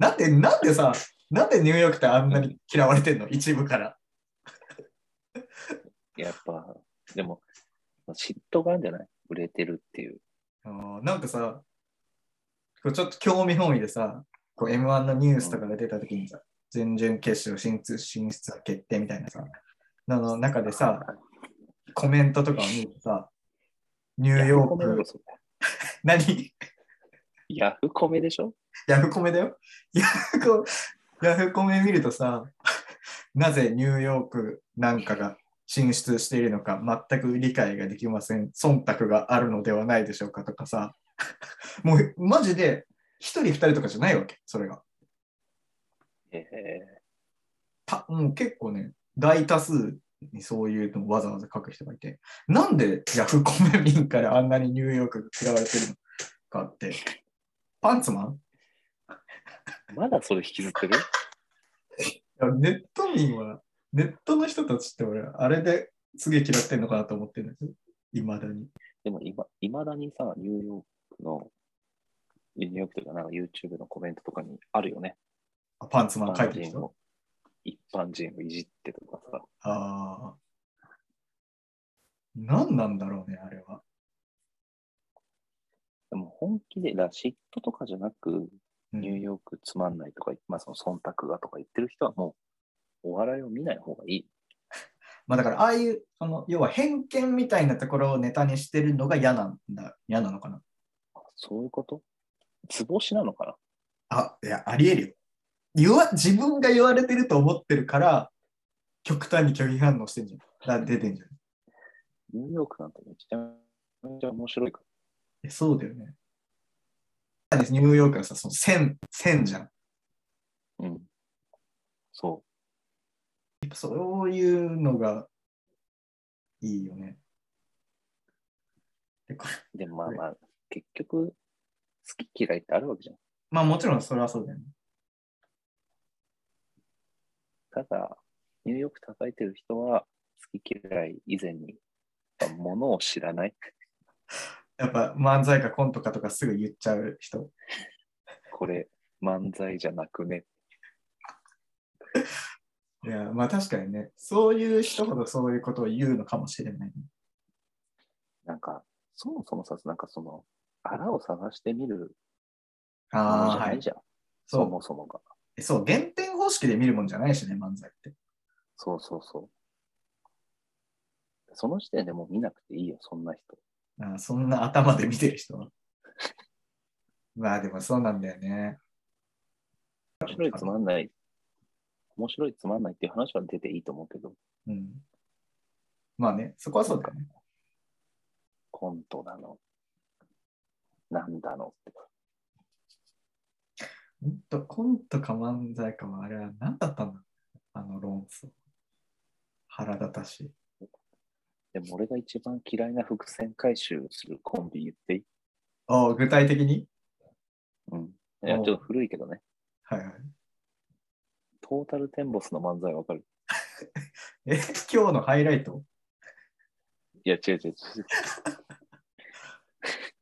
Speaker 4: なんで、なんでさ、なんでニューヨークってあんなに嫌われてんの一部から。
Speaker 5: やっぱ、でも、嫉妬があるんじゃない売れてるっていう。
Speaker 4: あのなんかさ、こうちょっと興味本位でさ、こう M1 のニュースとかが出た時にさ、準々決勝進出進出は決定みたいなさ、のの中でさ、コメントとかを見てさ、ニュー
Speaker 5: ヤフ
Speaker 4: ヨ
Speaker 5: コメ
Speaker 4: ー
Speaker 5: だ
Speaker 4: ク
Speaker 5: ろ、、それ
Speaker 4: 何
Speaker 5: ヤフコメでしょ
Speaker 4: ヤフコメだよ。ヤフコヤフコメ見るとさ、なぜニューヨークなんかが進出しているのか全く理解ができません。忖度があるのではないでしょうかとかさ、もうマジで1人2人とかじゃないわけ、それが。
Speaker 5: ええ
Speaker 4: たもう結構ね、大多数にそういうのをわざわざ書く人がいて、なんでヤフコメ民からあんなにニューヨークが嫌われてるのかって、パンツマン
Speaker 5: まだそれ引きずってる
Speaker 4: いやネット民は、ネットの人たちって俺、あれですげえ嫌ってんのかなと思ってるんですよ。いまだに。
Speaker 5: でも今、いまだにさ、ニューヨークの、ニューヨークというか、なんか YouTube のコメントとかにあるよね。
Speaker 4: あパンツマン書いてる
Speaker 5: 人
Speaker 4: 人。
Speaker 5: を、一般人をいじってとかさ。
Speaker 4: ああ。何なんだろうね、あれは。
Speaker 5: でも本気で、だから嫉妬とかじゃなく、
Speaker 4: うん
Speaker 5: ニューヨークつまんないとか、まあその忖度がとか言ってる人はもう、お笑いを見ない方がいい。
Speaker 4: まあだから、ああいう、その、要は偏見みたいなところをネタにしてるのが嫌なんだ、嫌なのかな。
Speaker 5: そういうこと図星なのかな
Speaker 4: あ、いや、ありえるよ。言わ、自分が言われてると思ってるから、極端に拒否反応してんじゃん。だ出てんじゃん。
Speaker 5: ニューヨークなんてめちゃめちゃ面白いか
Speaker 4: えそうだよね。ニューヨークはさ、その線、線じゃん。や
Speaker 5: ら。うん。そ
Speaker 4: っぱそういうのがいいよね。でこれ
Speaker 5: う。でもまあまあ、結局、好き嫌いってあるわけじゃん。
Speaker 4: まあもちろんそれはそうだよね。
Speaker 5: ただ、ニューヨーク叩いてる人は、好き嫌い以前に、ものを知らない。
Speaker 4: やっぱ漫才かコントかとかすぐ言っちゃう人。
Speaker 5: これ、漫才じゃなくね。
Speaker 4: いや、まあ確かにね、そういう人ほどそういうことを言うのかもしれないね。
Speaker 5: なんか、そもそもさ、なんかその、あらを探してみるも
Speaker 4: あ
Speaker 5: のじ
Speaker 4: あ、
Speaker 5: ゃな
Speaker 4: はいい。
Speaker 5: じゃん。
Speaker 4: そ
Speaker 5: そうもそもが。
Speaker 4: えそう、減点方式で見るもんじゃないしね、漫才って。
Speaker 5: そうそうそう。その時点でもう見なくていいよ、そんな人。
Speaker 4: あーそんな頭で見てる人は。まあでもそうなんだよね。
Speaker 5: 面白い、つまんない。面白い、つまんないっていう話は出ていいと思うけど、
Speaker 4: うん。まあね、そこはそうだよね。
Speaker 5: コントだの、なんだのって。
Speaker 4: ほんとコントか漫才かはあれは何だったんだあの論争。腹立たしい。
Speaker 5: でも俺が一番嫌いな伏線回収するコンビ言っていい
Speaker 4: ああ、具体的に
Speaker 5: うん。いや、
Speaker 4: おう
Speaker 5: ちょっと古いけどね。
Speaker 4: はいはい。
Speaker 5: トータルテンボスの漫才わかる
Speaker 4: え、今日のハイライト
Speaker 5: いや、違う違う違う。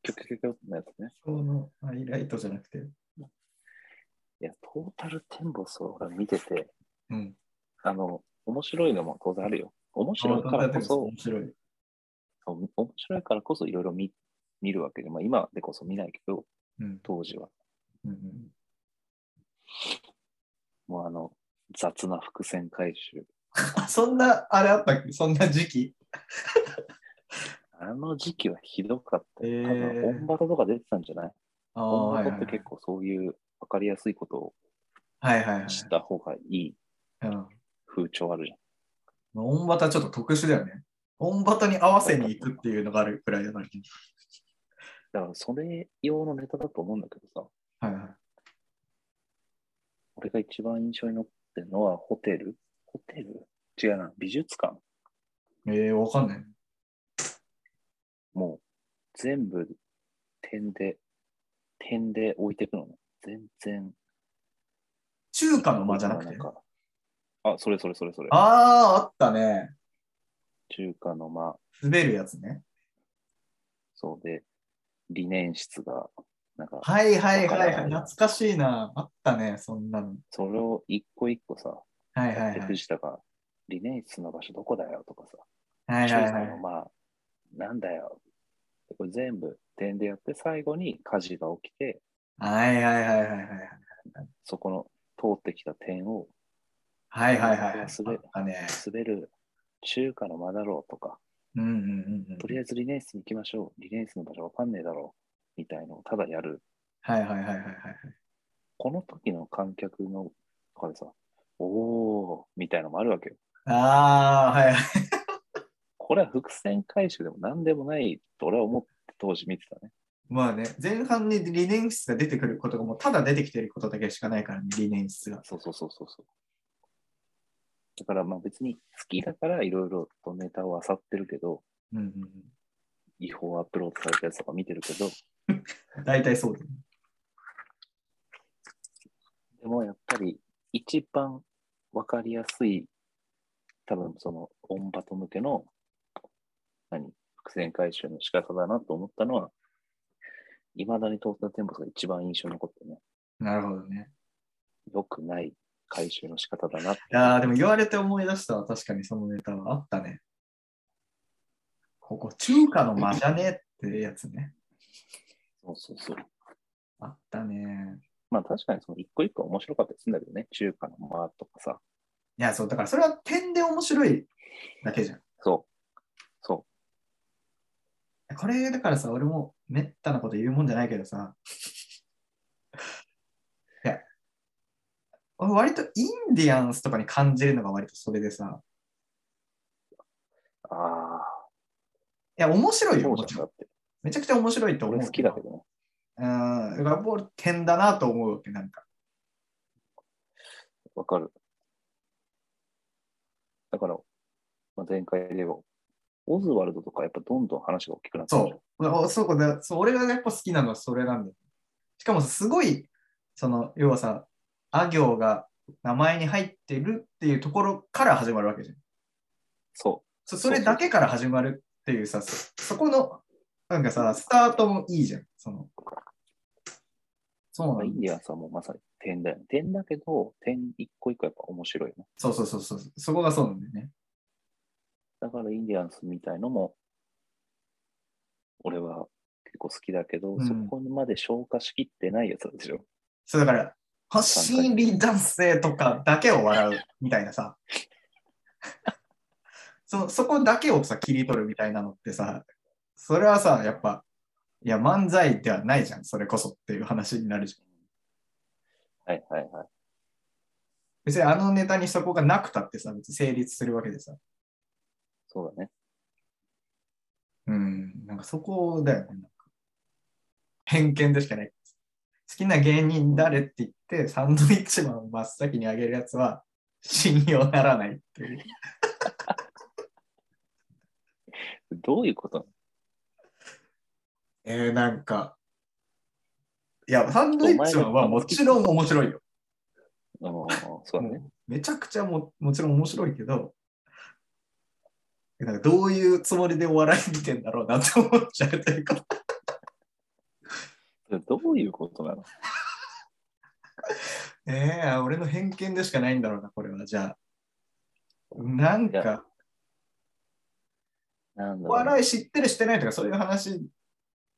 Speaker 5: キョキョキョキョのやつね。
Speaker 4: 今日のハイライトじゃなくて。
Speaker 5: いや、トータルテンボスを俺見てて、
Speaker 4: うん。
Speaker 5: あの、面白いのも当然あるよ。面白いからこそ、
Speaker 4: 面白い。
Speaker 5: そう面白いからこそいろいろ見見るわけで、まあ、今でこそ見ないけど、
Speaker 4: うん。
Speaker 5: 当時は。
Speaker 4: うんうん、
Speaker 5: もうあの、雑な伏線回収。
Speaker 4: あそんな、あれあったっけそんな時期
Speaker 5: あの時期はひどかったよ。
Speaker 4: えー
Speaker 5: 多分、オンバトとか出てたんじゃない
Speaker 4: ああ、
Speaker 5: オン
Speaker 4: は
Speaker 5: バ
Speaker 4: い
Speaker 5: ト
Speaker 4: は
Speaker 5: って
Speaker 4: い
Speaker 5: 結構そういう分かりやすいことを
Speaker 4: はいはいはい。
Speaker 5: 知った方がいい
Speaker 4: うん
Speaker 5: 風潮あるじゃん。
Speaker 4: まあ、オンバタちょっと特殊だよね。オンバタに合わせに行くっていうのがあるくらいだから。
Speaker 5: だから、それ用のネタだと思うんだけどさ、
Speaker 4: はいはい。
Speaker 5: 俺が一番印象に残ってるのはホテルホテル違うな、美術館。
Speaker 4: えー、わかんない。
Speaker 5: もう全部点で、点で置いていくのね。全然。
Speaker 4: 中華の間じゃなくて。
Speaker 5: んかあ、それそれそれそれ。
Speaker 4: ああー、あったね。
Speaker 5: 中華の間、
Speaker 4: 滑るやつね。
Speaker 5: そうで、理念室が、なんか、
Speaker 4: はいはい
Speaker 5: わか
Speaker 4: は
Speaker 5: ら
Speaker 4: い、
Speaker 5: ない
Speaker 4: 懐かしいな。あったね、そんなの。
Speaker 5: それを一個一個さ、
Speaker 4: はいはいは
Speaker 5: で
Speaker 4: い。
Speaker 5: 藤田が、理念室の場所どこだよとか
Speaker 4: は
Speaker 5: さ、
Speaker 4: い
Speaker 5: 中
Speaker 4: はい
Speaker 5: 華
Speaker 4: は
Speaker 5: の
Speaker 4: い。
Speaker 5: 間、なんだよ。でこれ全部点でやって、最後に火事が起きて、
Speaker 4: はいはいはいはいはい。
Speaker 5: そこの通ってきた点を
Speaker 4: はいはいはい。あ
Speaker 5: 忘れ
Speaker 4: ったね。
Speaker 5: 滑る中華の間だろうとか、
Speaker 4: うんうんうんうん。
Speaker 5: とりあえずリネースに行きましょう。リネースの場所わかんねえだろう。みたいのをただやる。
Speaker 4: はいはいはいはいはい。
Speaker 5: この時の観客の声さ、おー、みたいのもあるわけよ。
Speaker 4: ああ、はいはい。
Speaker 5: これは伏線回収でも何でもないと俺は思って当時見てたね。
Speaker 4: まあね、前半に理念室が出てくることがもうただ出てきてることだけしかないからね、理念室が。
Speaker 5: そうそうそうそうそう。だからまあ別に好きだからいろいろとネタを漁ってるけど、
Speaker 4: うんうんう
Speaker 5: 違法アップロードされたやつとか見てるけど、
Speaker 4: ん。大体そうだよね。
Speaker 5: でもやっぱり一番わかりやすい、多分そのオンバト向けの、何、伏線回収の仕方だなと思ったのは、いまだにトータルテンボスが一番印象に残ってね、
Speaker 4: なるほどね。
Speaker 5: 良くない回収の仕方だなって
Speaker 4: いやーでも言われて思い出したわ、確かにそのネタはあったね。ここ、中華の間じゃねえってやつね。
Speaker 5: そうそうそう。
Speaker 4: あったね。
Speaker 5: まあ確かにその一個一個面白かったりするんだけどね、中華の間とかさ。
Speaker 4: いや、そう、だからそれは点で面白いだけじゃん。
Speaker 5: そう。そ
Speaker 4: これ、だからさ、俺もめったなこと言うもんじゃないけどさ。いや、俺割とインディアンスとかに感じるのが割とそれでさ、
Speaker 5: う。ああ。
Speaker 4: や、面白いよ、
Speaker 5: そう
Speaker 4: も
Speaker 5: じ
Speaker 4: ち
Speaker 5: ゃん
Speaker 4: ろん。
Speaker 5: だって。
Speaker 4: めちゃくちゃ面白いと思
Speaker 5: 俺
Speaker 4: う。
Speaker 5: 好きだけどね。
Speaker 4: うん。だから、ボール点だなと思うわけ、なんか。
Speaker 5: わかる。だから、まあ、前回で言えば、オズワルドとかやっぱどんどん話が大きくなってくる
Speaker 4: そう。おそうこれそう俺がやっぱ好きなのはそれなんだよ。しかもすごい、その、要はさ、あ行が名前に入ってるっていうところから始まるわけじゃん。
Speaker 5: そ
Speaker 4: そそれだけから始まるっていうさ、そそこの、なんかさ、スタートもいいじゃん。そのそう
Speaker 5: う。まあ、
Speaker 4: な
Speaker 5: イ
Speaker 4: ん
Speaker 5: ンディアンスはもうまさに点だよね。点だけど、点一個一個やっぱ面白いよね。
Speaker 4: そうそうそうそう。そこがそうなんだよね。
Speaker 5: だからインディアンスみたいのも、俺は結構好きだけど、
Speaker 4: うん
Speaker 5: そこまで消化しきってないやつなんでしょ。
Speaker 4: そうだから、走り男性とかだけを笑うみたいなさ。 そそこだけをさ、切り取るみたいなのってさ、それはさ、やっぱ、いや、漫才ではないじゃん、それこそっていう話になるじゃん。
Speaker 5: はいはいはい。
Speaker 4: 別にあのネタにそこがなくたってさ、別に成立するわけでさ。
Speaker 5: そうだね。
Speaker 4: うん、なんかそこだよね。なんか偏見でしかない。好きな芸人誰って言って、サンドイッチマンを真っ先にあげるやつは信用ならないっていう。
Speaker 5: どういうこと
Speaker 4: えー、なんか、いや、サンドイッチマンはもちろん面白いよ。
Speaker 5: なのあのそうだね。
Speaker 4: もうめちゃくちゃももちろん面白いけど、なんかどういうつもりでお笑い見てんだろうなって思っちゃうというか、
Speaker 5: それどういうことなの
Speaker 4: えー、俺の偏見でしかないんだろうな、これは。じゃあ、なん
Speaker 5: いや
Speaker 4: か、
Speaker 5: なんだ
Speaker 4: お
Speaker 5: ろうね
Speaker 4: 笑い知ってる、知ってないとか、そういう話っ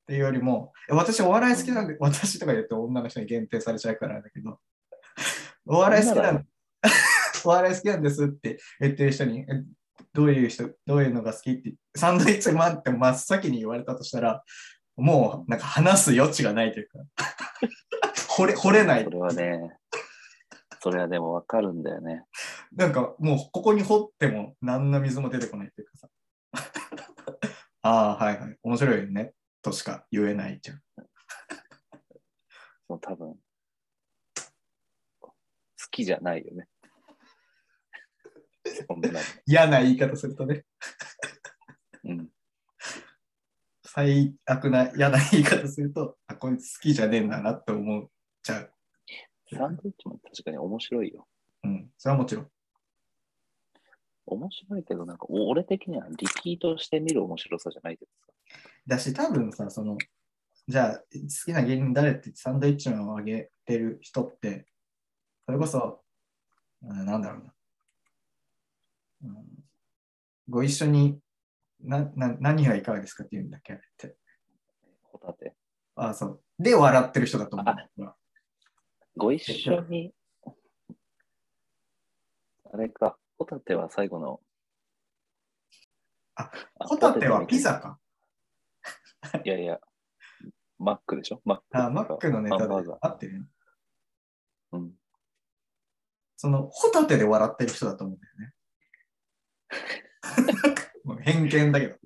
Speaker 4: ていうよりも、え私、お笑い好きなんで、私とか言って女の人に限定されちゃうからだけど、 お笑い好きなん お笑い好きなんですって言ってる人に、えどういう人、どういうのが好きって、サンドイッチマンって真っ先に言われたとしたら、もうなんか話す余地がないという か、惚れ惚れない
Speaker 5: そ。れはね、それはでもわかるんだよね。
Speaker 4: なんかもうここに掘っても何の水も出てこないというかさ、 ああ、はいはい、面白いよねとしか言えないじゃん。
Speaker 5: その多分、好きじゃないよね。そんなの、
Speaker 4: 嫌な言い方するとね、
Speaker 5: うん。
Speaker 4: 最悪な嫌な言い方すると、あ、こいつ好きじゃねえんだなって思っちゃう。
Speaker 5: サンドイッチも確かに面白いよ。
Speaker 4: うん、それはもちろん。
Speaker 5: 面白いけど、なんかお俺的にはリピートしてみる面白さじゃないけどさ。
Speaker 4: だし、多分さ、その、じゃあ、好きな芸人誰ってサンドイッチマンをあげてる人って、それこそ、うんなんだろうな。うん、ご一緒になな、何がいかがですかって言うんだっけあれって。
Speaker 5: ホタテ。
Speaker 4: ああ、そう。で、笑ってる人だと思う。ほら
Speaker 5: ご一緒に、あれか、ホタテは最後の。
Speaker 4: あ
Speaker 5: あ、
Speaker 4: ホタテはピザか。
Speaker 5: いやいや、マックでしょマック。
Speaker 4: あ、マックのネタ
Speaker 5: ハ
Speaker 4: で
Speaker 5: ンバーガー。
Speaker 4: 合ってるよ
Speaker 5: うん。
Speaker 4: そのホタテで笑ってる人だと思うんだよね。 もう偏見だけど、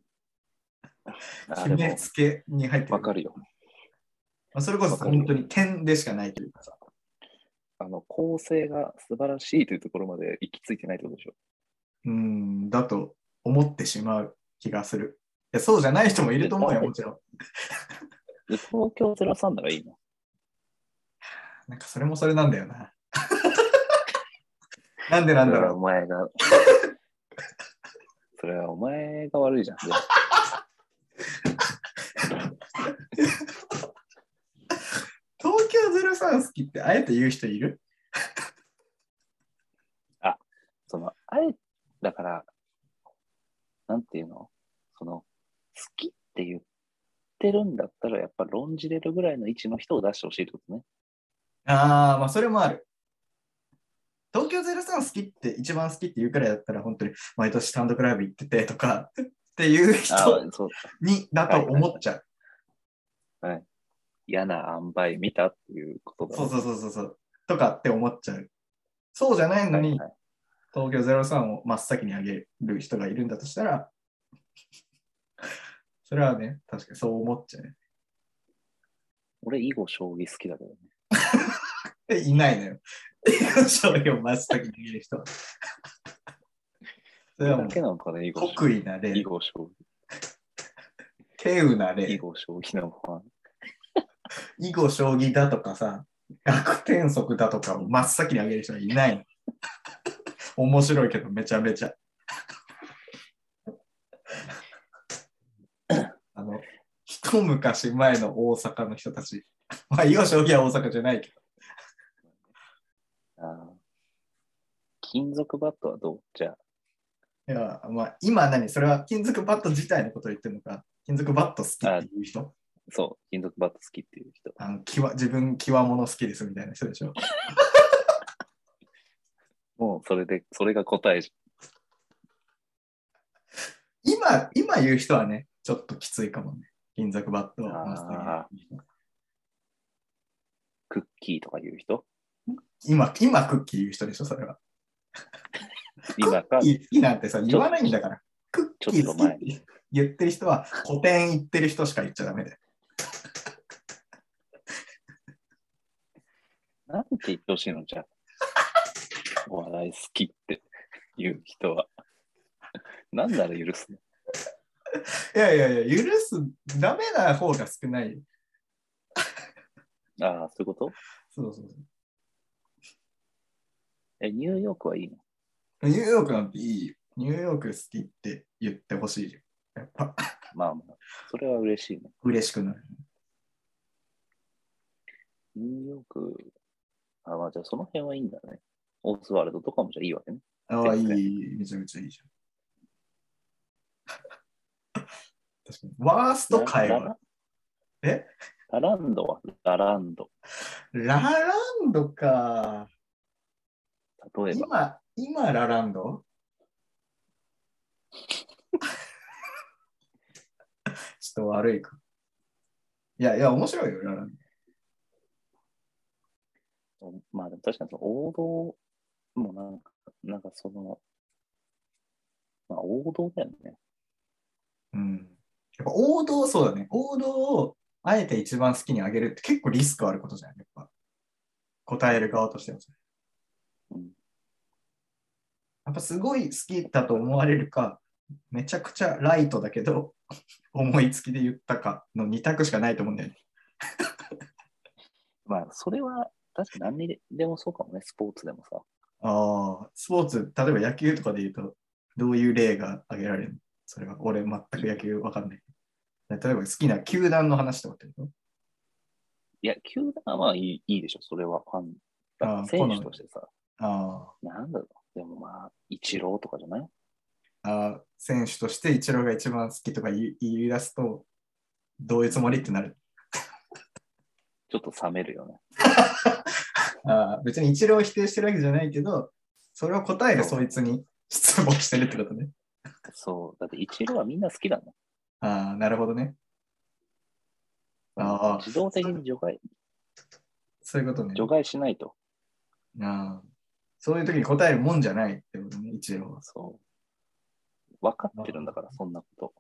Speaker 5: あ
Speaker 4: 決
Speaker 5: れ
Speaker 4: め
Speaker 5: も
Speaker 4: つけに入って
Speaker 5: わか
Speaker 4: る。
Speaker 5: るよ。
Speaker 4: まあ、それこそ
Speaker 5: わかるよ
Speaker 4: 本当に点でしかないというかさ。
Speaker 5: あの構成が素晴らしいというところまで行き着いてないってことでしょ。
Speaker 4: うん、だと思ってしまう気がする。いやそうじゃない人もいると 思うよ、もちろん。
Speaker 5: で東京03ならいいの。
Speaker 4: なんかそれもそれなんだよ な。なんでなんだ
Speaker 5: それは
Speaker 4: ろ
Speaker 5: お前が。 それはお前が悪いじゃん。で
Speaker 4: う。東京03好きってあえて言う人いる
Speaker 5: そのあれだから、なんていうのその好きって言ってるんだったら、やっぱ論じれるぐらいの位置の人を出してほしいってことね。
Speaker 4: ああ、まあそれもある。東京03好きって一番好きって言うくらいだったら本当に毎年単独ライブ行っててとかっていう
Speaker 5: あ
Speaker 4: 人
Speaker 5: あ、そう。
Speaker 4: にだと思っちゃう。
Speaker 5: 嫌な塩梅見たっていうことだ
Speaker 4: そ
Speaker 5: ね
Speaker 4: うそうそうそうそう。とかって思っちゃう。そうじゃないのに
Speaker 5: はいはい
Speaker 4: 東京03を真っ先に上げる人がいるんだとしたら それはね、確かにそう思っちゃうね。
Speaker 5: 俺、囲碁将棋好きだけどね。
Speaker 4: でいないのよ。 それを真っ先に見る人。それは
Speaker 5: だ
Speaker 4: も
Speaker 5: け
Speaker 4: う
Speaker 5: なのかな、囲碁将
Speaker 4: 得意な
Speaker 5: 棋。囲
Speaker 4: 例、
Speaker 5: 碁将
Speaker 4: 稀有な
Speaker 5: 棋。囲
Speaker 4: 例、
Speaker 5: 碁将棋のファン。
Speaker 4: 囲碁将棋だとかさ、逆転速だとかを真っ先に上げる人はいないの。 面白いけどめちゃめちゃ。 あの、一昔前の大阪の人たち。まあ、囲碁将棋は大阪じゃないけど。
Speaker 5: あー金属バットはどうじゃあ、
Speaker 4: いや、まあ、今何それは金属バット自体のことを言ってるのか、金属バット好きっていう人、
Speaker 5: そう、金属バット好きっていう人。
Speaker 4: あのきわ自分、きわもの好きですみたいな人でしょ。
Speaker 5: もうそれで、それが答えじ
Speaker 4: 今、今言う人はね、ちょっときついかもね。金属バットをマスターに言う人
Speaker 5: ゃん。クッキーとか言う人
Speaker 4: 今、今、クッキー言う人でしょ、それは。
Speaker 5: 今か、
Speaker 4: クッキー好きなんてさ、
Speaker 5: ょ
Speaker 4: 言わないんだから。クッキー好きって 言ってる人は、古典言ってる人しか言っちゃダメで。
Speaker 5: なんて言ってほしいのじゃあ。お笑い好きっていう人は。なんなら許すの
Speaker 4: いやいやいや、許す、ダメな方が少ないよ。
Speaker 5: ああ、そういうこと
Speaker 4: そうそうそう。え
Speaker 5: え、ニューヨークはいいの
Speaker 4: ニューヨークなんていいよ。ニューヨーク好きって言ってほしいよ。やっぱ
Speaker 5: まあまあ、それは嬉しいね。
Speaker 4: 嬉しくなる。
Speaker 5: ニューヨーク、あまあじゃあその辺はいいんだね。オズワルドとかもじゃあいいわけね。
Speaker 4: ああ、い
Speaker 5: 全然
Speaker 4: い、めちゃめちゃいいじゃん。 確かに。ワースト会
Speaker 5: ラ
Speaker 4: 話。え
Speaker 5: ラランドはラランド。
Speaker 4: ラランドか。
Speaker 5: 例えば、
Speaker 4: 今、今ラランド ちょっと悪いか。いやいや、面白いよ、ラランド。
Speaker 5: まあでも確かにその王道もなんか、なんかその、まあ王道だよね。
Speaker 4: うんやっぱ王道、そうだね。王道をあえて一番好きにあげるって結構リスクあることじゃん、やっぱ。答える側としても。
Speaker 5: うん
Speaker 4: やっぱすごい好きだと思われるか、めちゃくちゃライトだけど、 思いつきで言ったかの2択しかないと思うんだよね。
Speaker 5: まあそれは確かに何にでもそうかもね、スポーツでもさ。
Speaker 4: ああ、スポーツ、例えば野球とかで言うと、どういう例が挙げられるのそれは俺全く野球わかんない。例えば好きな球団の話とかってこと
Speaker 5: いや、球団はまあいいいいでしょ、それはファン。
Speaker 4: ああ
Speaker 5: 選手としてさ、
Speaker 4: あ
Speaker 5: なんだろう。でもまあ、イチローとかじゃない
Speaker 4: あああ、選手としてイチローが一番好きとか言い言い出すと、どういうつもりってなる。
Speaker 5: ちょっと冷めるよね。
Speaker 4: ああ別にイチローを否定してるわけじゃないけど、それを答えがそいつに質問してるってことね。
Speaker 5: そう。だってイチローはみんな好きだもん。
Speaker 4: ああ、なるほどね。ああ、
Speaker 5: 自動的に除外、
Speaker 4: そういうことね。
Speaker 5: 除外しないと。
Speaker 4: ああそういう時に答えるもんじゃないってことね、一応。
Speaker 5: そう。分かってるんだから、そんなこと。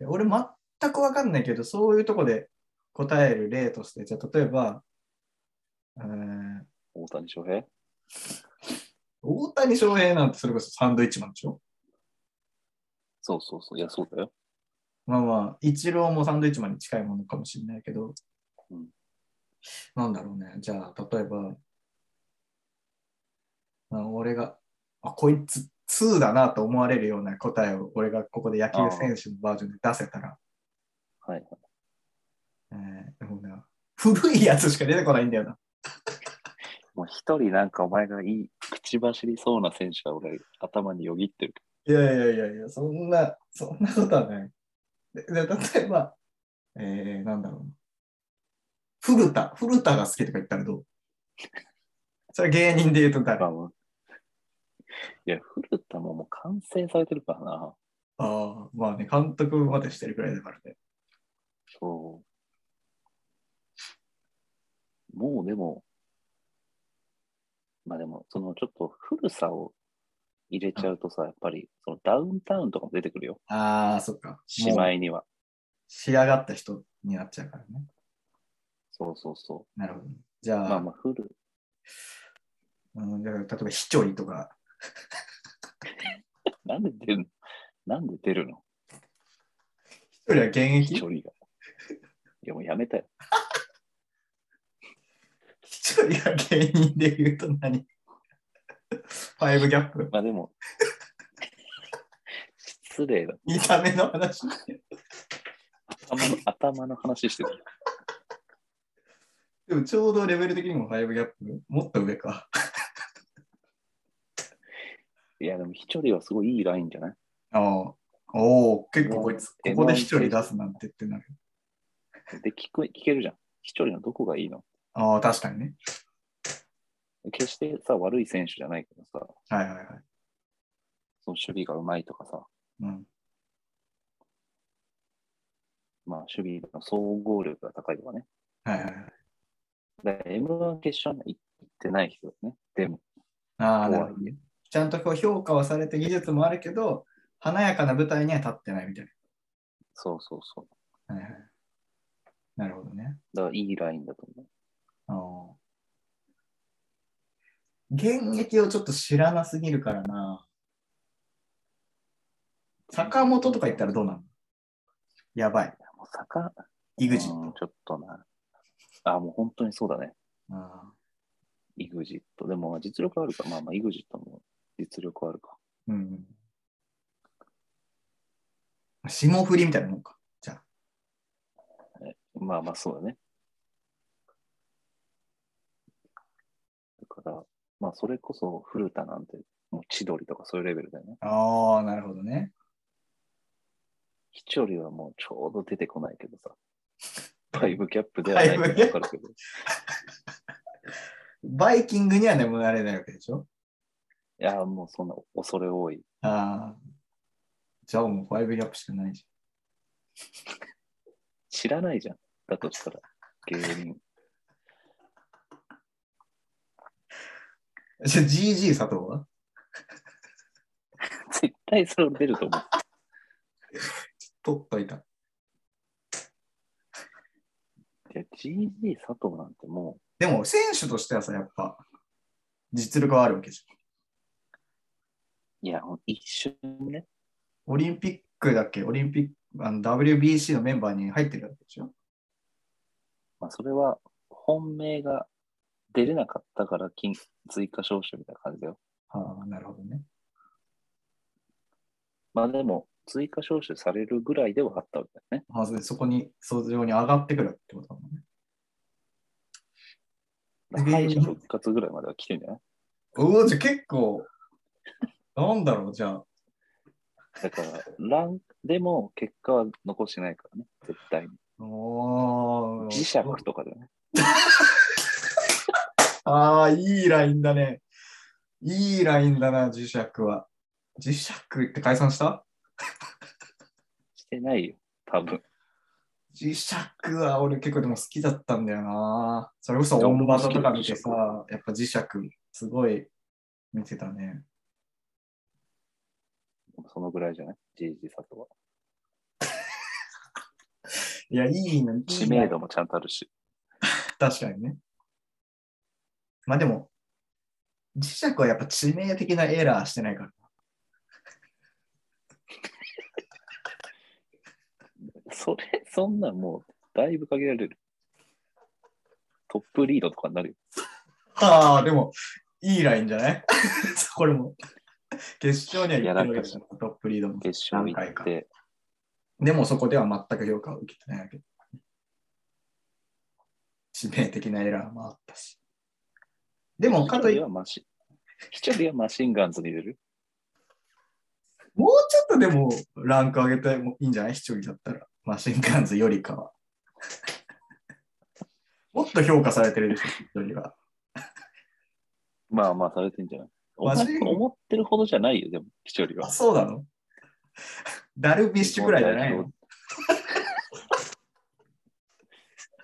Speaker 4: で俺全くわかんないけど、そういうとこで答える例として、じゃあ例えば、えー
Speaker 5: 大谷翔平
Speaker 4: 大谷翔平なんてそれこそサンドイッチマンでしょ
Speaker 5: そうそうそう。いや、そうだよ。
Speaker 4: まあまあ、イチローもサンドイッチマンに近いものかもしれないけど、
Speaker 5: うん
Speaker 4: なんだろうね。じゃあ、例えば、あ俺が、あ、こいつ、2だなと思われるような答えを、俺がここで野球選手のバージョンで出せたら、
Speaker 5: はいはい。
Speaker 4: えーでもね古いやつしか出てこないんだよな。
Speaker 5: もう一人なんかお前がいい、口走りそうな選手が俺、頭によぎってる。
Speaker 4: いやいやいやいや、そんな、そんなことはない。でで例えば、えー、なんだろうな。古田、古田が好きとか言ったらどうそれ芸人で言うと誰
Speaker 5: まあまあいや、古田ももう完成されてるからな。
Speaker 4: ああ、まあね、監督までしてるくらいだからね。
Speaker 5: そう。もうでも、まあでも、そのちょっと古さを入れちゃうとさ、やっぱりそのダウンタウンとかも出てくるよ。
Speaker 4: ああ、そっか。
Speaker 5: しまいには。
Speaker 4: 仕上がった人になっちゃうからね。
Speaker 5: そうそうそ
Speaker 4: なるほど。じ
Speaker 5: う。
Speaker 4: ゃあ、
Speaker 5: まあまあ、フル。
Speaker 4: うん、だから例えば、ひちょいとか、
Speaker 5: なんで出るのなんで出るの
Speaker 4: ひちょいは現役
Speaker 5: 飛距離が。いや、もうやめたよ。
Speaker 4: ひちょいが芸人で言うと何 ファイブギャップ
Speaker 5: まあでも、失礼だ。
Speaker 4: 見た目の話
Speaker 5: 頭の頭の話してた。
Speaker 4: でもちょうどレベル的にもファイブギャップもっと上か。
Speaker 5: いや、でも飛距離はすごいいいラインじゃない
Speaker 4: ああおお、結構こいつ、
Speaker 5: うん
Speaker 4: ここで飛距離出すなんてってなる。
Speaker 5: で聞く、聞けるじゃん。飛距離のどこがいいの
Speaker 4: ああ、確かにね。
Speaker 5: 決してさ、悪い選手じゃないけどさ、
Speaker 4: はいはいはい。
Speaker 5: その守備がうまいとかさ、
Speaker 4: うん、
Speaker 5: まあ守備の総合力が高いとかね。
Speaker 4: はいはいはい。
Speaker 5: だから M1 決勝に行ってない人だね。でも、
Speaker 4: ああ、
Speaker 5: と
Speaker 4: なる
Speaker 5: は
Speaker 4: ほ
Speaker 5: い
Speaker 4: ど
Speaker 5: え
Speaker 4: ちゃんとこう評価はされて技術もあるけど、華やかな舞台には立ってないみたい
Speaker 5: そうそうそ
Speaker 4: な。
Speaker 5: う。
Speaker 4: はいはい、なるほどね。
Speaker 5: だからいいラインだと思う。
Speaker 4: ああ現役をちょっと知らなすぎるからな。坂本とか言ったらどうなのやばい。
Speaker 5: もう坂、
Speaker 4: イグジッ
Speaker 5: うんちょっとな。あ、もう本当にそうだね。
Speaker 4: ト。ああ
Speaker 5: EXIT。でも、実力あるか。まあまあ、EXIT も実力あるか。
Speaker 4: うんうん。霜降りみたいなもんか。じゃあ。
Speaker 5: まあまあ、そうだね。だから、まあ、それこそ、古田なんて、もう千鳥とかそういうレベルだよね。
Speaker 4: ああ、なるほどね。
Speaker 5: 飛距離はもうちょうど出てこないけどさ。 ファイブキャップではないから分かるけど。い
Speaker 4: バイキングには眠られないわけでしょ
Speaker 5: や、もうそんな恐れ多い。
Speaker 4: ああ。じゃあもう5ギャップしかないじ
Speaker 5: 知らないじゃん。だとしたら、芸 人。
Speaker 4: ゃん。じゃあ GG 佐藤は
Speaker 5: 絶対それ出ると思う。
Speaker 4: 取っといた。
Speaker 5: いや、GG 佐藤なんてもう、
Speaker 4: でも選手としてはさ、やっぱ実力はあるわけじゃん。
Speaker 5: いや、もう一瞬ね、
Speaker 4: オリンピックだっけオリンピック、あの WBC のメンバーに入ってるわけでしょ
Speaker 5: まあ、それは本命が出れなかったから金追加招集みたいな感じだよ。
Speaker 4: ああ、なるほどね。
Speaker 5: まあでも、追加招集されるぐらいではあったわけだよね。
Speaker 4: ああそれそこに、想像に上がってくるってことだもんね。
Speaker 5: だから敗者復活ぐらいまでは来てんじゃないう
Speaker 4: わ、じゃあ結構、なんだろう、じゃあ。
Speaker 5: だから、ランでも結果は残してないからね、絶対に。
Speaker 4: おー
Speaker 5: 磁石とかだよね。
Speaker 4: ああ、いいラインだね。いいラインだな、磁石は。磁石って解散した
Speaker 5: してないよ、多分。
Speaker 4: 磁石は俺結構でも好きだったんだよな。それこそオンバトとか見てさ、やっぱ磁石すごい見てたね。
Speaker 5: そのぐらいじゃない ?GG 佐藤は。
Speaker 4: いや、いいの、いい
Speaker 5: 知名度もちゃんとあるし。
Speaker 4: 確かにね。まあでも、磁石はやっぱ致命的なエラーしてないから。
Speaker 5: それ、そんなんもう、だいぶ限られる。トップリードとかになるよ。
Speaker 4: ああ、でも、いいラインじゃないこれも。決勝には行ってるわけでしょトップリードも。
Speaker 5: 決勝
Speaker 4: 何
Speaker 5: 行
Speaker 4: 回
Speaker 5: っ
Speaker 4: か
Speaker 5: て、
Speaker 4: でもそこでは全く評価を受けてないわけ。致命的なエラーもあったし。でも、かとい
Speaker 5: 一人はマシン、一人はマシンガンズに入れる
Speaker 4: もうちょっとでもランク上げてもいいんじゃない一人だったら。マシンガンズよりかは。 もっと評価されてるでしょ、一人は。
Speaker 5: まあまあされてんじゃない思
Speaker 4: マシン
Speaker 5: 思ってるほどじゃないよ、でも、一人
Speaker 4: あ、
Speaker 5: は。
Speaker 4: そうなのダルビッシュぐらいじゃないの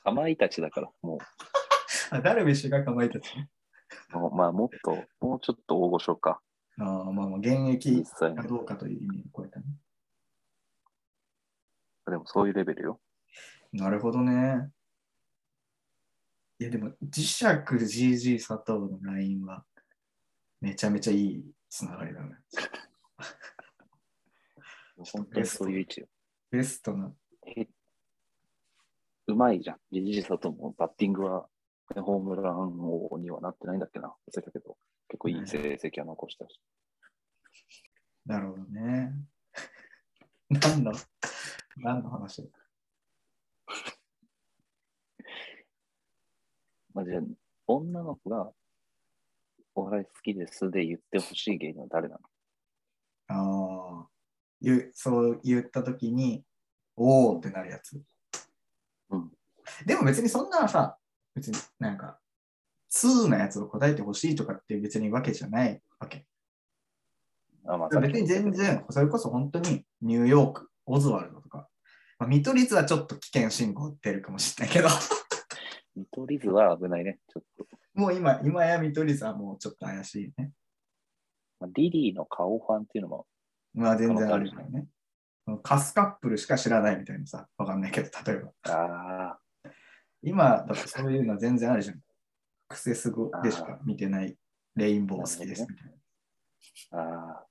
Speaker 5: かまいたちだから、も
Speaker 4: あダルビッシュが構えたち。
Speaker 5: う、もうまあもっと、もうちょっと大御所か、
Speaker 4: あーまあまあ、現役
Speaker 5: 実際に。
Speaker 4: か
Speaker 5: だ
Speaker 4: どうかという意味を超えたね。
Speaker 5: でもそういうレベルよ。
Speaker 4: なるほどね。いや、でも、磁石、GG、砂糖のラインは、めちゃめちゃいいつながりだね。
Speaker 5: 本当にそういう位置よ。
Speaker 4: ベストな。
Speaker 5: えうまいじゃん。リリーサともバッティングは、ホームラン王にはなってないんだっけな。忘れたけど、結構いい成績は残したし。
Speaker 4: なるほどね。 何の、何の話
Speaker 5: まあ、じゃあ、女の子がお笑い好きですで言ってほしい芸人は誰なの
Speaker 4: ああ、言うそう言ったときに、おおってなるやつ。
Speaker 5: うん。
Speaker 4: でも別にそんなさ、別になんか、通なやつを答えてほしいとかっていう別にわけじゃないわけ。
Speaker 5: あ、まあ、
Speaker 4: 別に全然、それこそ本当にニューヨーク、オズワルドとか、まあ、見取り図はちょっと危険信号出るかもしれないけど、
Speaker 5: 見取り図は危ないね。ちょっと。
Speaker 4: もう今、今や見取り図はもうちょっと怪しいね。
Speaker 5: まあ、リリーの顔ファンっていうのも、
Speaker 4: まあ全然あるからね。カスカップルしか知らないみたいなさ、わかんないけど、例えば。
Speaker 5: ああ、
Speaker 4: 今、だってそういうの全然あるじゃん。クセスゴでしか見てないレインボー好きですみたいな。
Speaker 5: ああ。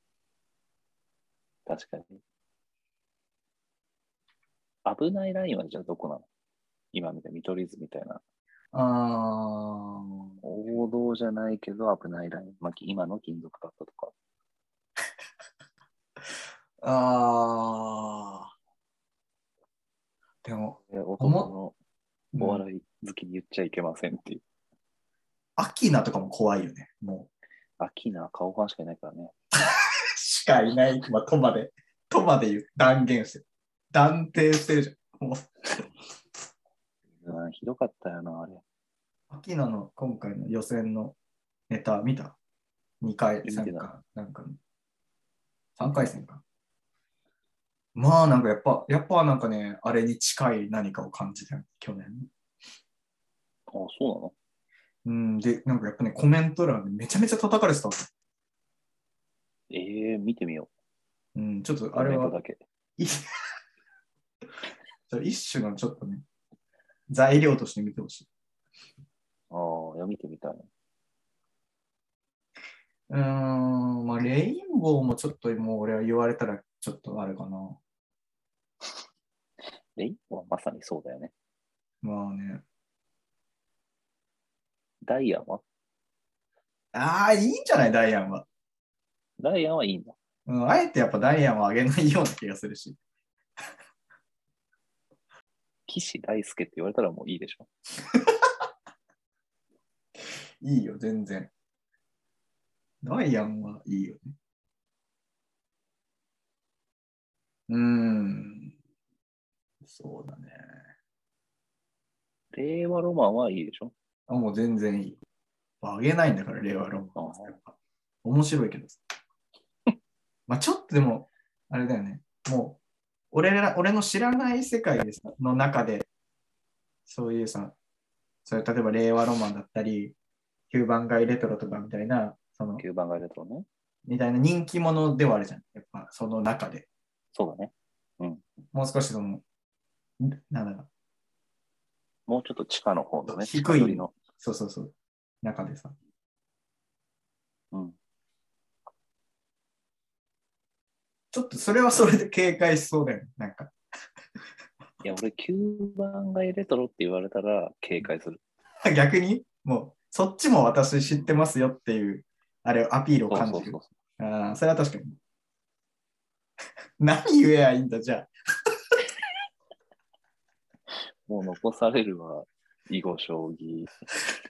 Speaker 5: 確かに。危ないラインはじゃあどこなの今みたいな見取り図みたいな。
Speaker 4: あ
Speaker 5: 王道じゃないけど危ないライン。まあ、き今の金属バットとか。
Speaker 4: ー、あー。でも、
Speaker 5: え男の
Speaker 4: うん
Speaker 5: お笑い好きに言っちゃいけませんっていう。
Speaker 4: アキナとかも怖いよね。もう、
Speaker 5: アキナは顔ファンしかいないからね。
Speaker 4: しかいない。まあ、とまで、とまで言う断言してる。断定してるじゃん。もう、
Speaker 5: うわひどかったよな、あれ。
Speaker 4: アキナの今回の予選のネタ見た ?2 回、
Speaker 5: 見てない
Speaker 4: 3回、なんか、3回戦か。まあなんかやっぱ、やっぱなんかね、あれに近い何かを感じたよ去年。
Speaker 5: あ、そうなの
Speaker 4: うん、で、なんかやっぱね、コメント欄でめちゃめちゃ叩かれてたわけ。
Speaker 5: ええ見てみよ
Speaker 4: うん、ちょっと
Speaker 5: う。
Speaker 4: あれ
Speaker 5: コメン
Speaker 4: は
Speaker 5: ト、だけ。
Speaker 4: い ちょっと一種のちょっとね、材料として見てほしい。
Speaker 5: ああ、いや、見てみたい。
Speaker 4: うーん、まあ、レインボーもちょっともう俺は言われたらちょっとあれかな。
Speaker 5: レインボーはまさにそうだよね。
Speaker 4: まあね、
Speaker 5: ダイアンは
Speaker 4: ああ、いいんじゃない、ダイアンは。
Speaker 5: ダイアンはいいんだ。
Speaker 4: うん、あえてやっぱダイアンは上げないような気がするし。
Speaker 5: 岸大輔って言われたらもういいでしょ。
Speaker 4: いいよ、全然。ダイアンはいいよね。うーん。そうだね。
Speaker 5: 令和ロマンはいいでしょ。
Speaker 4: あ、もう全然いい。上げないんだから、令和ロマンはやっぱ。面白いけど。 まあちょっとでも、あれだよね。もう、俺ら、俺の知らない世界でさの中で、そういうさ、それ例えば令和ロマンだったり、九番街レトロとかみたいな、その、
Speaker 5: 9番がいるとね。
Speaker 4: みたいな人気者ではあるじゃん。やっぱその中で。
Speaker 5: そうだね。
Speaker 4: もう少しその、んなんだろう。
Speaker 5: もうちょっと地下の方のね。
Speaker 4: 低い
Speaker 5: 地下寄りの。
Speaker 4: そうそうそう。中でさ。
Speaker 5: うん。
Speaker 4: ちょっとそれはそれで警戒しそうだよね。なんか。
Speaker 5: いや、俺9番がレトロって言われたら警戒する。
Speaker 4: 逆にもうそっちも私知ってますよっていうあれをアピールを
Speaker 5: そう
Speaker 4: 感
Speaker 5: そう
Speaker 4: じる
Speaker 5: そう。
Speaker 4: ああそれは確かに 何言えばいいんだじゃあ
Speaker 5: もう残されるは囲碁将棋。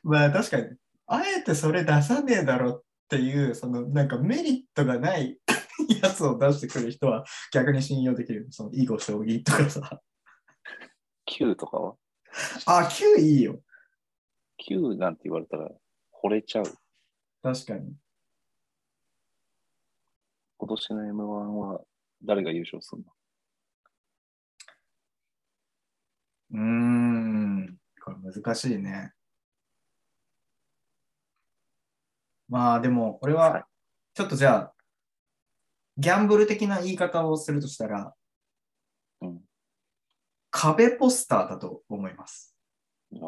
Speaker 4: まあ確かにあえてそれ出さねえだろっていうそのなんかメリットがない やつを出してくる人は逆に信用できるその囲碁将棋とかさ
Speaker 5: 9とかは
Speaker 4: あ9いいよ
Speaker 5: ?9 なんて言われたら惚れちゃう。
Speaker 4: 確かに
Speaker 5: 今年の M1 は誰が優勝するの
Speaker 4: うーんこれ難しいねまあでも俺は、
Speaker 5: はい
Speaker 4: ちょっとじゃあ、ギャンブル的な言い方をするとしたら、
Speaker 5: うん
Speaker 4: 壁ポスターだと思います。
Speaker 5: ああ、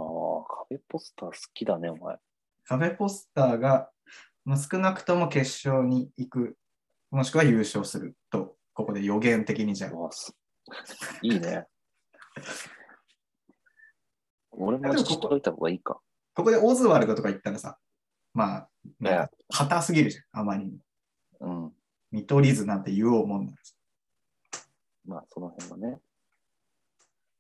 Speaker 5: 壁ポスター好きだね、お前。
Speaker 4: 壁ポスターが、まあ、少なくとも決勝に行く、もしくは優勝すると、ここで予言的にじゃあ
Speaker 5: うわすい いね。俺もちょっといた方がいいか。
Speaker 4: ここでオズワルドとか言ったらさ、まあ、
Speaker 5: ね
Speaker 4: なんか硬すぎるじゃん、あまりにも。
Speaker 5: うん。
Speaker 4: 見取り図なんて言おうもんならさ。
Speaker 5: まあ、その辺はね。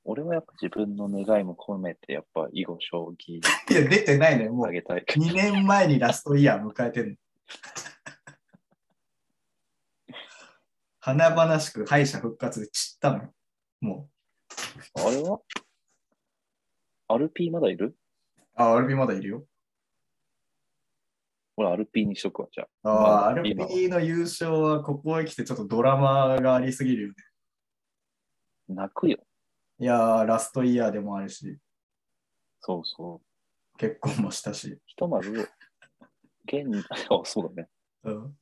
Speaker 5: 俺はやっぱ自分の願いも込めて、やっぱ囲碁将棋
Speaker 4: いや、出てないね、もう
Speaker 5: あ。げたい。
Speaker 4: 2年前にラストイヤー迎えてるの。華々しく敗者復活で散ったのよ。も
Speaker 5: あれはアルピーまだいる
Speaker 4: う、あ、RP まだいるよ。
Speaker 5: 俺アルピーにしとくわ、じゃあ。ま
Speaker 4: あ
Speaker 5: あ
Speaker 4: ー、
Speaker 5: 今は
Speaker 4: RP の優勝はここへ来てちょっとドラマがありすぎるよね。
Speaker 5: 泣くよ。
Speaker 4: いやー、ラストイヤーでもあるし、
Speaker 5: そうそう。
Speaker 4: 結婚もしたし。
Speaker 5: ひとまず、現、 あ、そうだね。
Speaker 4: うん、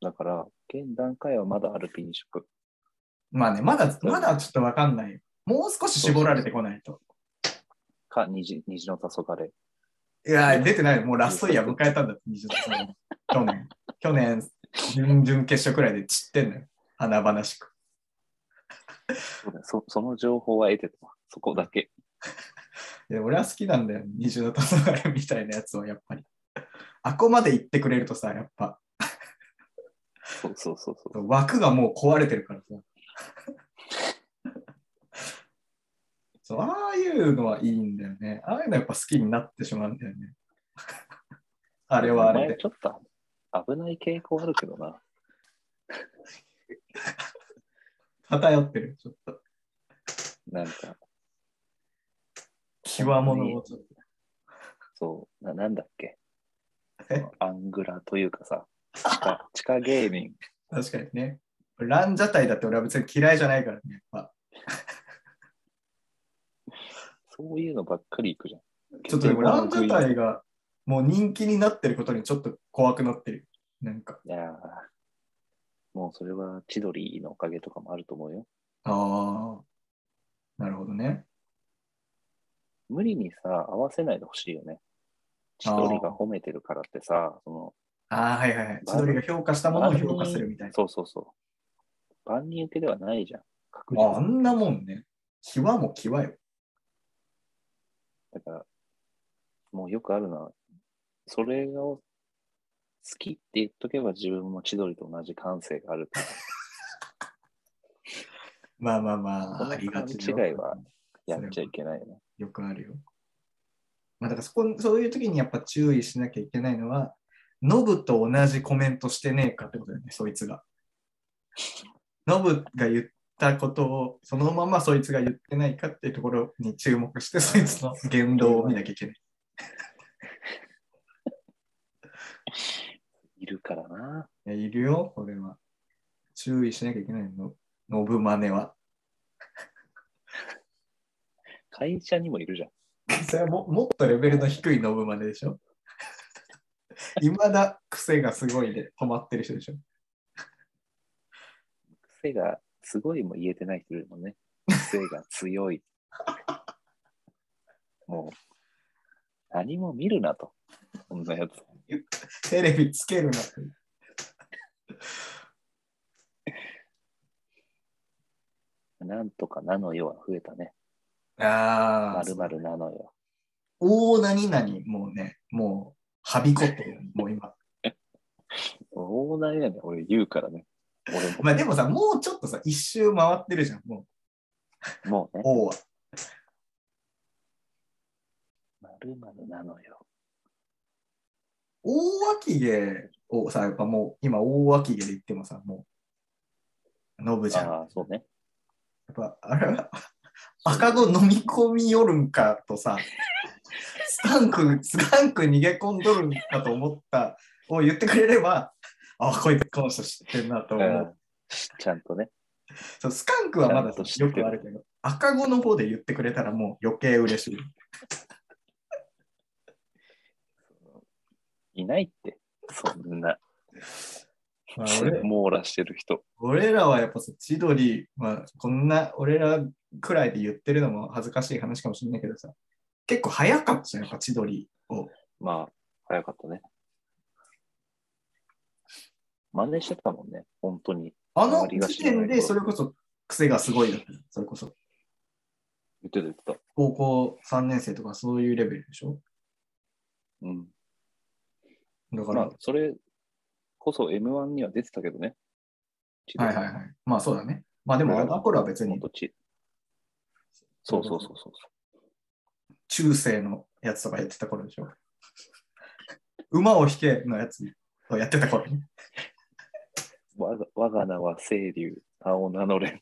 Speaker 5: だから、現段階はまだアルピーにしとく。
Speaker 4: まあね、まだ、まだちょっとわかんないよ。もう少し絞られてこないと。
Speaker 5: か、虹虹の黄昏。
Speaker 4: いやー、出てないよ。もうラストイヤー迎えたんだって、20歳去年。去年、準々決勝くらいで散ってんのよ。華々しく。
Speaker 5: そうだねそその情報は得てたわ。そこだけ。
Speaker 4: で俺は好きなんだよ、二重の黄昏みたいなやつをやっぱり。あこまで行ってくれるとさ、やっぱ
Speaker 5: そうそうそうそう。
Speaker 4: 枠がもう壊れてるからさ。 そうああいうのはいいんだよね。ああいうのやっぱ好きになってしまうんだよね。あれはあれ
Speaker 5: お前
Speaker 4: で。
Speaker 5: ちょっと危ない傾向あるけどな。
Speaker 4: 偏ってる。ちょっと。
Speaker 5: なんか、
Speaker 4: 極物をちょっと。
Speaker 5: そう、ななんだっけ
Speaker 4: え。
Speaker 5: アングラという かさ、地下地下芸人。
Speaker 4: 確かにね。ランジャタイだって俺は別に嫌いじゃないからね。やっぱ
Speaker 5: そういうのばっかり行くじゃん。
Speaker 4: ちょっとでもランジャタイがもう人気になってることにちょっと怖くなってる。なんか。
Speaker 5: いやーもうそれは千鳥のおかげとかもあると思うよ。
Speaker 4: ああ、なるほどね。
Speaker 5: 無理にさ、合わせないでほしいよね。千鳥が褒めてるからってさ、その、
Speaker 4: ああ、はいはいはい。千鳥が評価したものを評価するみたい
Speaker 5: そうそうそう。万人受けではないじゃん。確
Speaker 4: な。あ
Speaker 5: 実に。
Speaker 4: んなもんね。際も際よ。
Speaker 5: だから、もうよくあるのは、それを好きって言っとけば自分も千鳥と同じ感性があるから、
Speaker 4: まあまあまあ、
Speaker 5: この
Speaker 4: ありがちだよ
Speaker 5: 勘違いはやっちゃいけないよね。
Speaker 4: よくあるよ。まあだからそこ、そういう時にやっぱ注意しなきゃいけないのは、ノブと同じコメントしてねえかってことだよね、そいつが。ノブが言ったことを、そのままそいつが言ってないかっていうところに注目して、そいつの言動を見なきゃいけない。
Speaker 5: いるからな。
Speaker 4: いや、いるよ、これは。注意しなきゃいけないの。ノブマネは。
Speaker 5: 会社にもいるじゃん。
Speaker 4: それはももっとレベルの低いノブマネでし ょ。いまだ癖がすごいで止まってる人でしょ。
Speaker 5: 癖がすごいも言えてない人いるもんね。癖が強い。もう、何も見るなと。こんなやつ。
Speaker 4: テレビつけるなって。
Speaker 5: なんとかなのよは増えたね。
Speaker 4: あ
Speaker 5: まるまるなのよ。
Speaker 4: 大何々、もうね、もう、はびこってるよもう今。
Speaker 5: 大台だね。俺言うからね。俺も。
Speaker 4: まあでもさ、もうちょっとさ、一周回ってるじゃん、も
Speaker 5: も
Speaker 4: う、
Speaker 5: うね。
Speaker 4: 王は。
Speaker 5: まるまるなのよ。
Speaker 4: 大脇毛をさ、やっぱもう、今、大脇毛で言ってもさ、もう、ノブじゃん。
Speaker 5: ああ、そうね。
Speaker 4: やっぱ、あれは、赤子飲み込みよるんかとさ、スカンク、スカンク逃げ込んどるんかと思ったを言ってくれれば、あ、こいつこの人知ってんなと
Speaker 5: う
Speaker 4: 思う。
Speaker 5: ん。ちゃんとね。
Speaker 4: そうスカンクはまだ
Speaker 5: ちゃんと知ってる
Speaker 4: よくあるけど、赤子の方で言ってくれたらもう余計嬉しい。
Speaker 5: いないって。そんな。
Speaker 4: まあ俺
Speaker 5: 網羅してる人。
Speaker 4: 俺らはやっぱさ千鳥、まあ、こんな俺らくらいで言ってるのも恥ずかしい話かもしれないけどさ、結構早かったじゃん、やっぱ千鳥を。
Speaker 5: まあ、早かったね。真似してたもんね、本当に。
Speaker 4: あの時点でそれこそ癖がすごいだったよそれこそ。
Speaker 5: 言ってた言ってた。
Speaker 4: 高校3年生とかそういうレベルでしょ
Speaker 5: うん。
Speaker 4: だか
Speaker 5: まあ
Speaker 4: ら、、
Speaker 5: それこそ M1 には出てたけどね。。
Speaker 4: はいはいはいい。まあそうだね。まあでもあの頃は別に
Speaker 5: 本当ちそうそうそうそうそ
Speaker 4: 中世のやつとかやってた頃でしょ。馬を引けのやつをやってた頃ね。
Speaker 5: う。わが我が名は清流、名を名乗れん。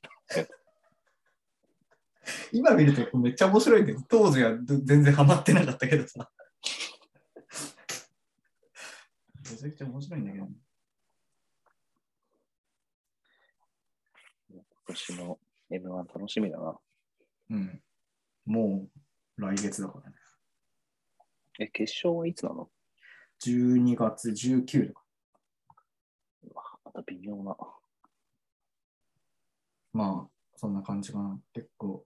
Speaker 4: 今見るとめっちゃ面白いけど、当時はず全然ハマってなかったけどさ。めちゃくちゃ面白いんだけど。
Speaker 5: 今年の M1 楽しみだな。
Speaker 4: うん。もう来月だからね。
Speaker 5: え、決勝はいつなの
Speaker 4: 12月19とか。
Speaker 5: うわまた微妙な。
Speaker 4: まあ、そんな感じかな。結構、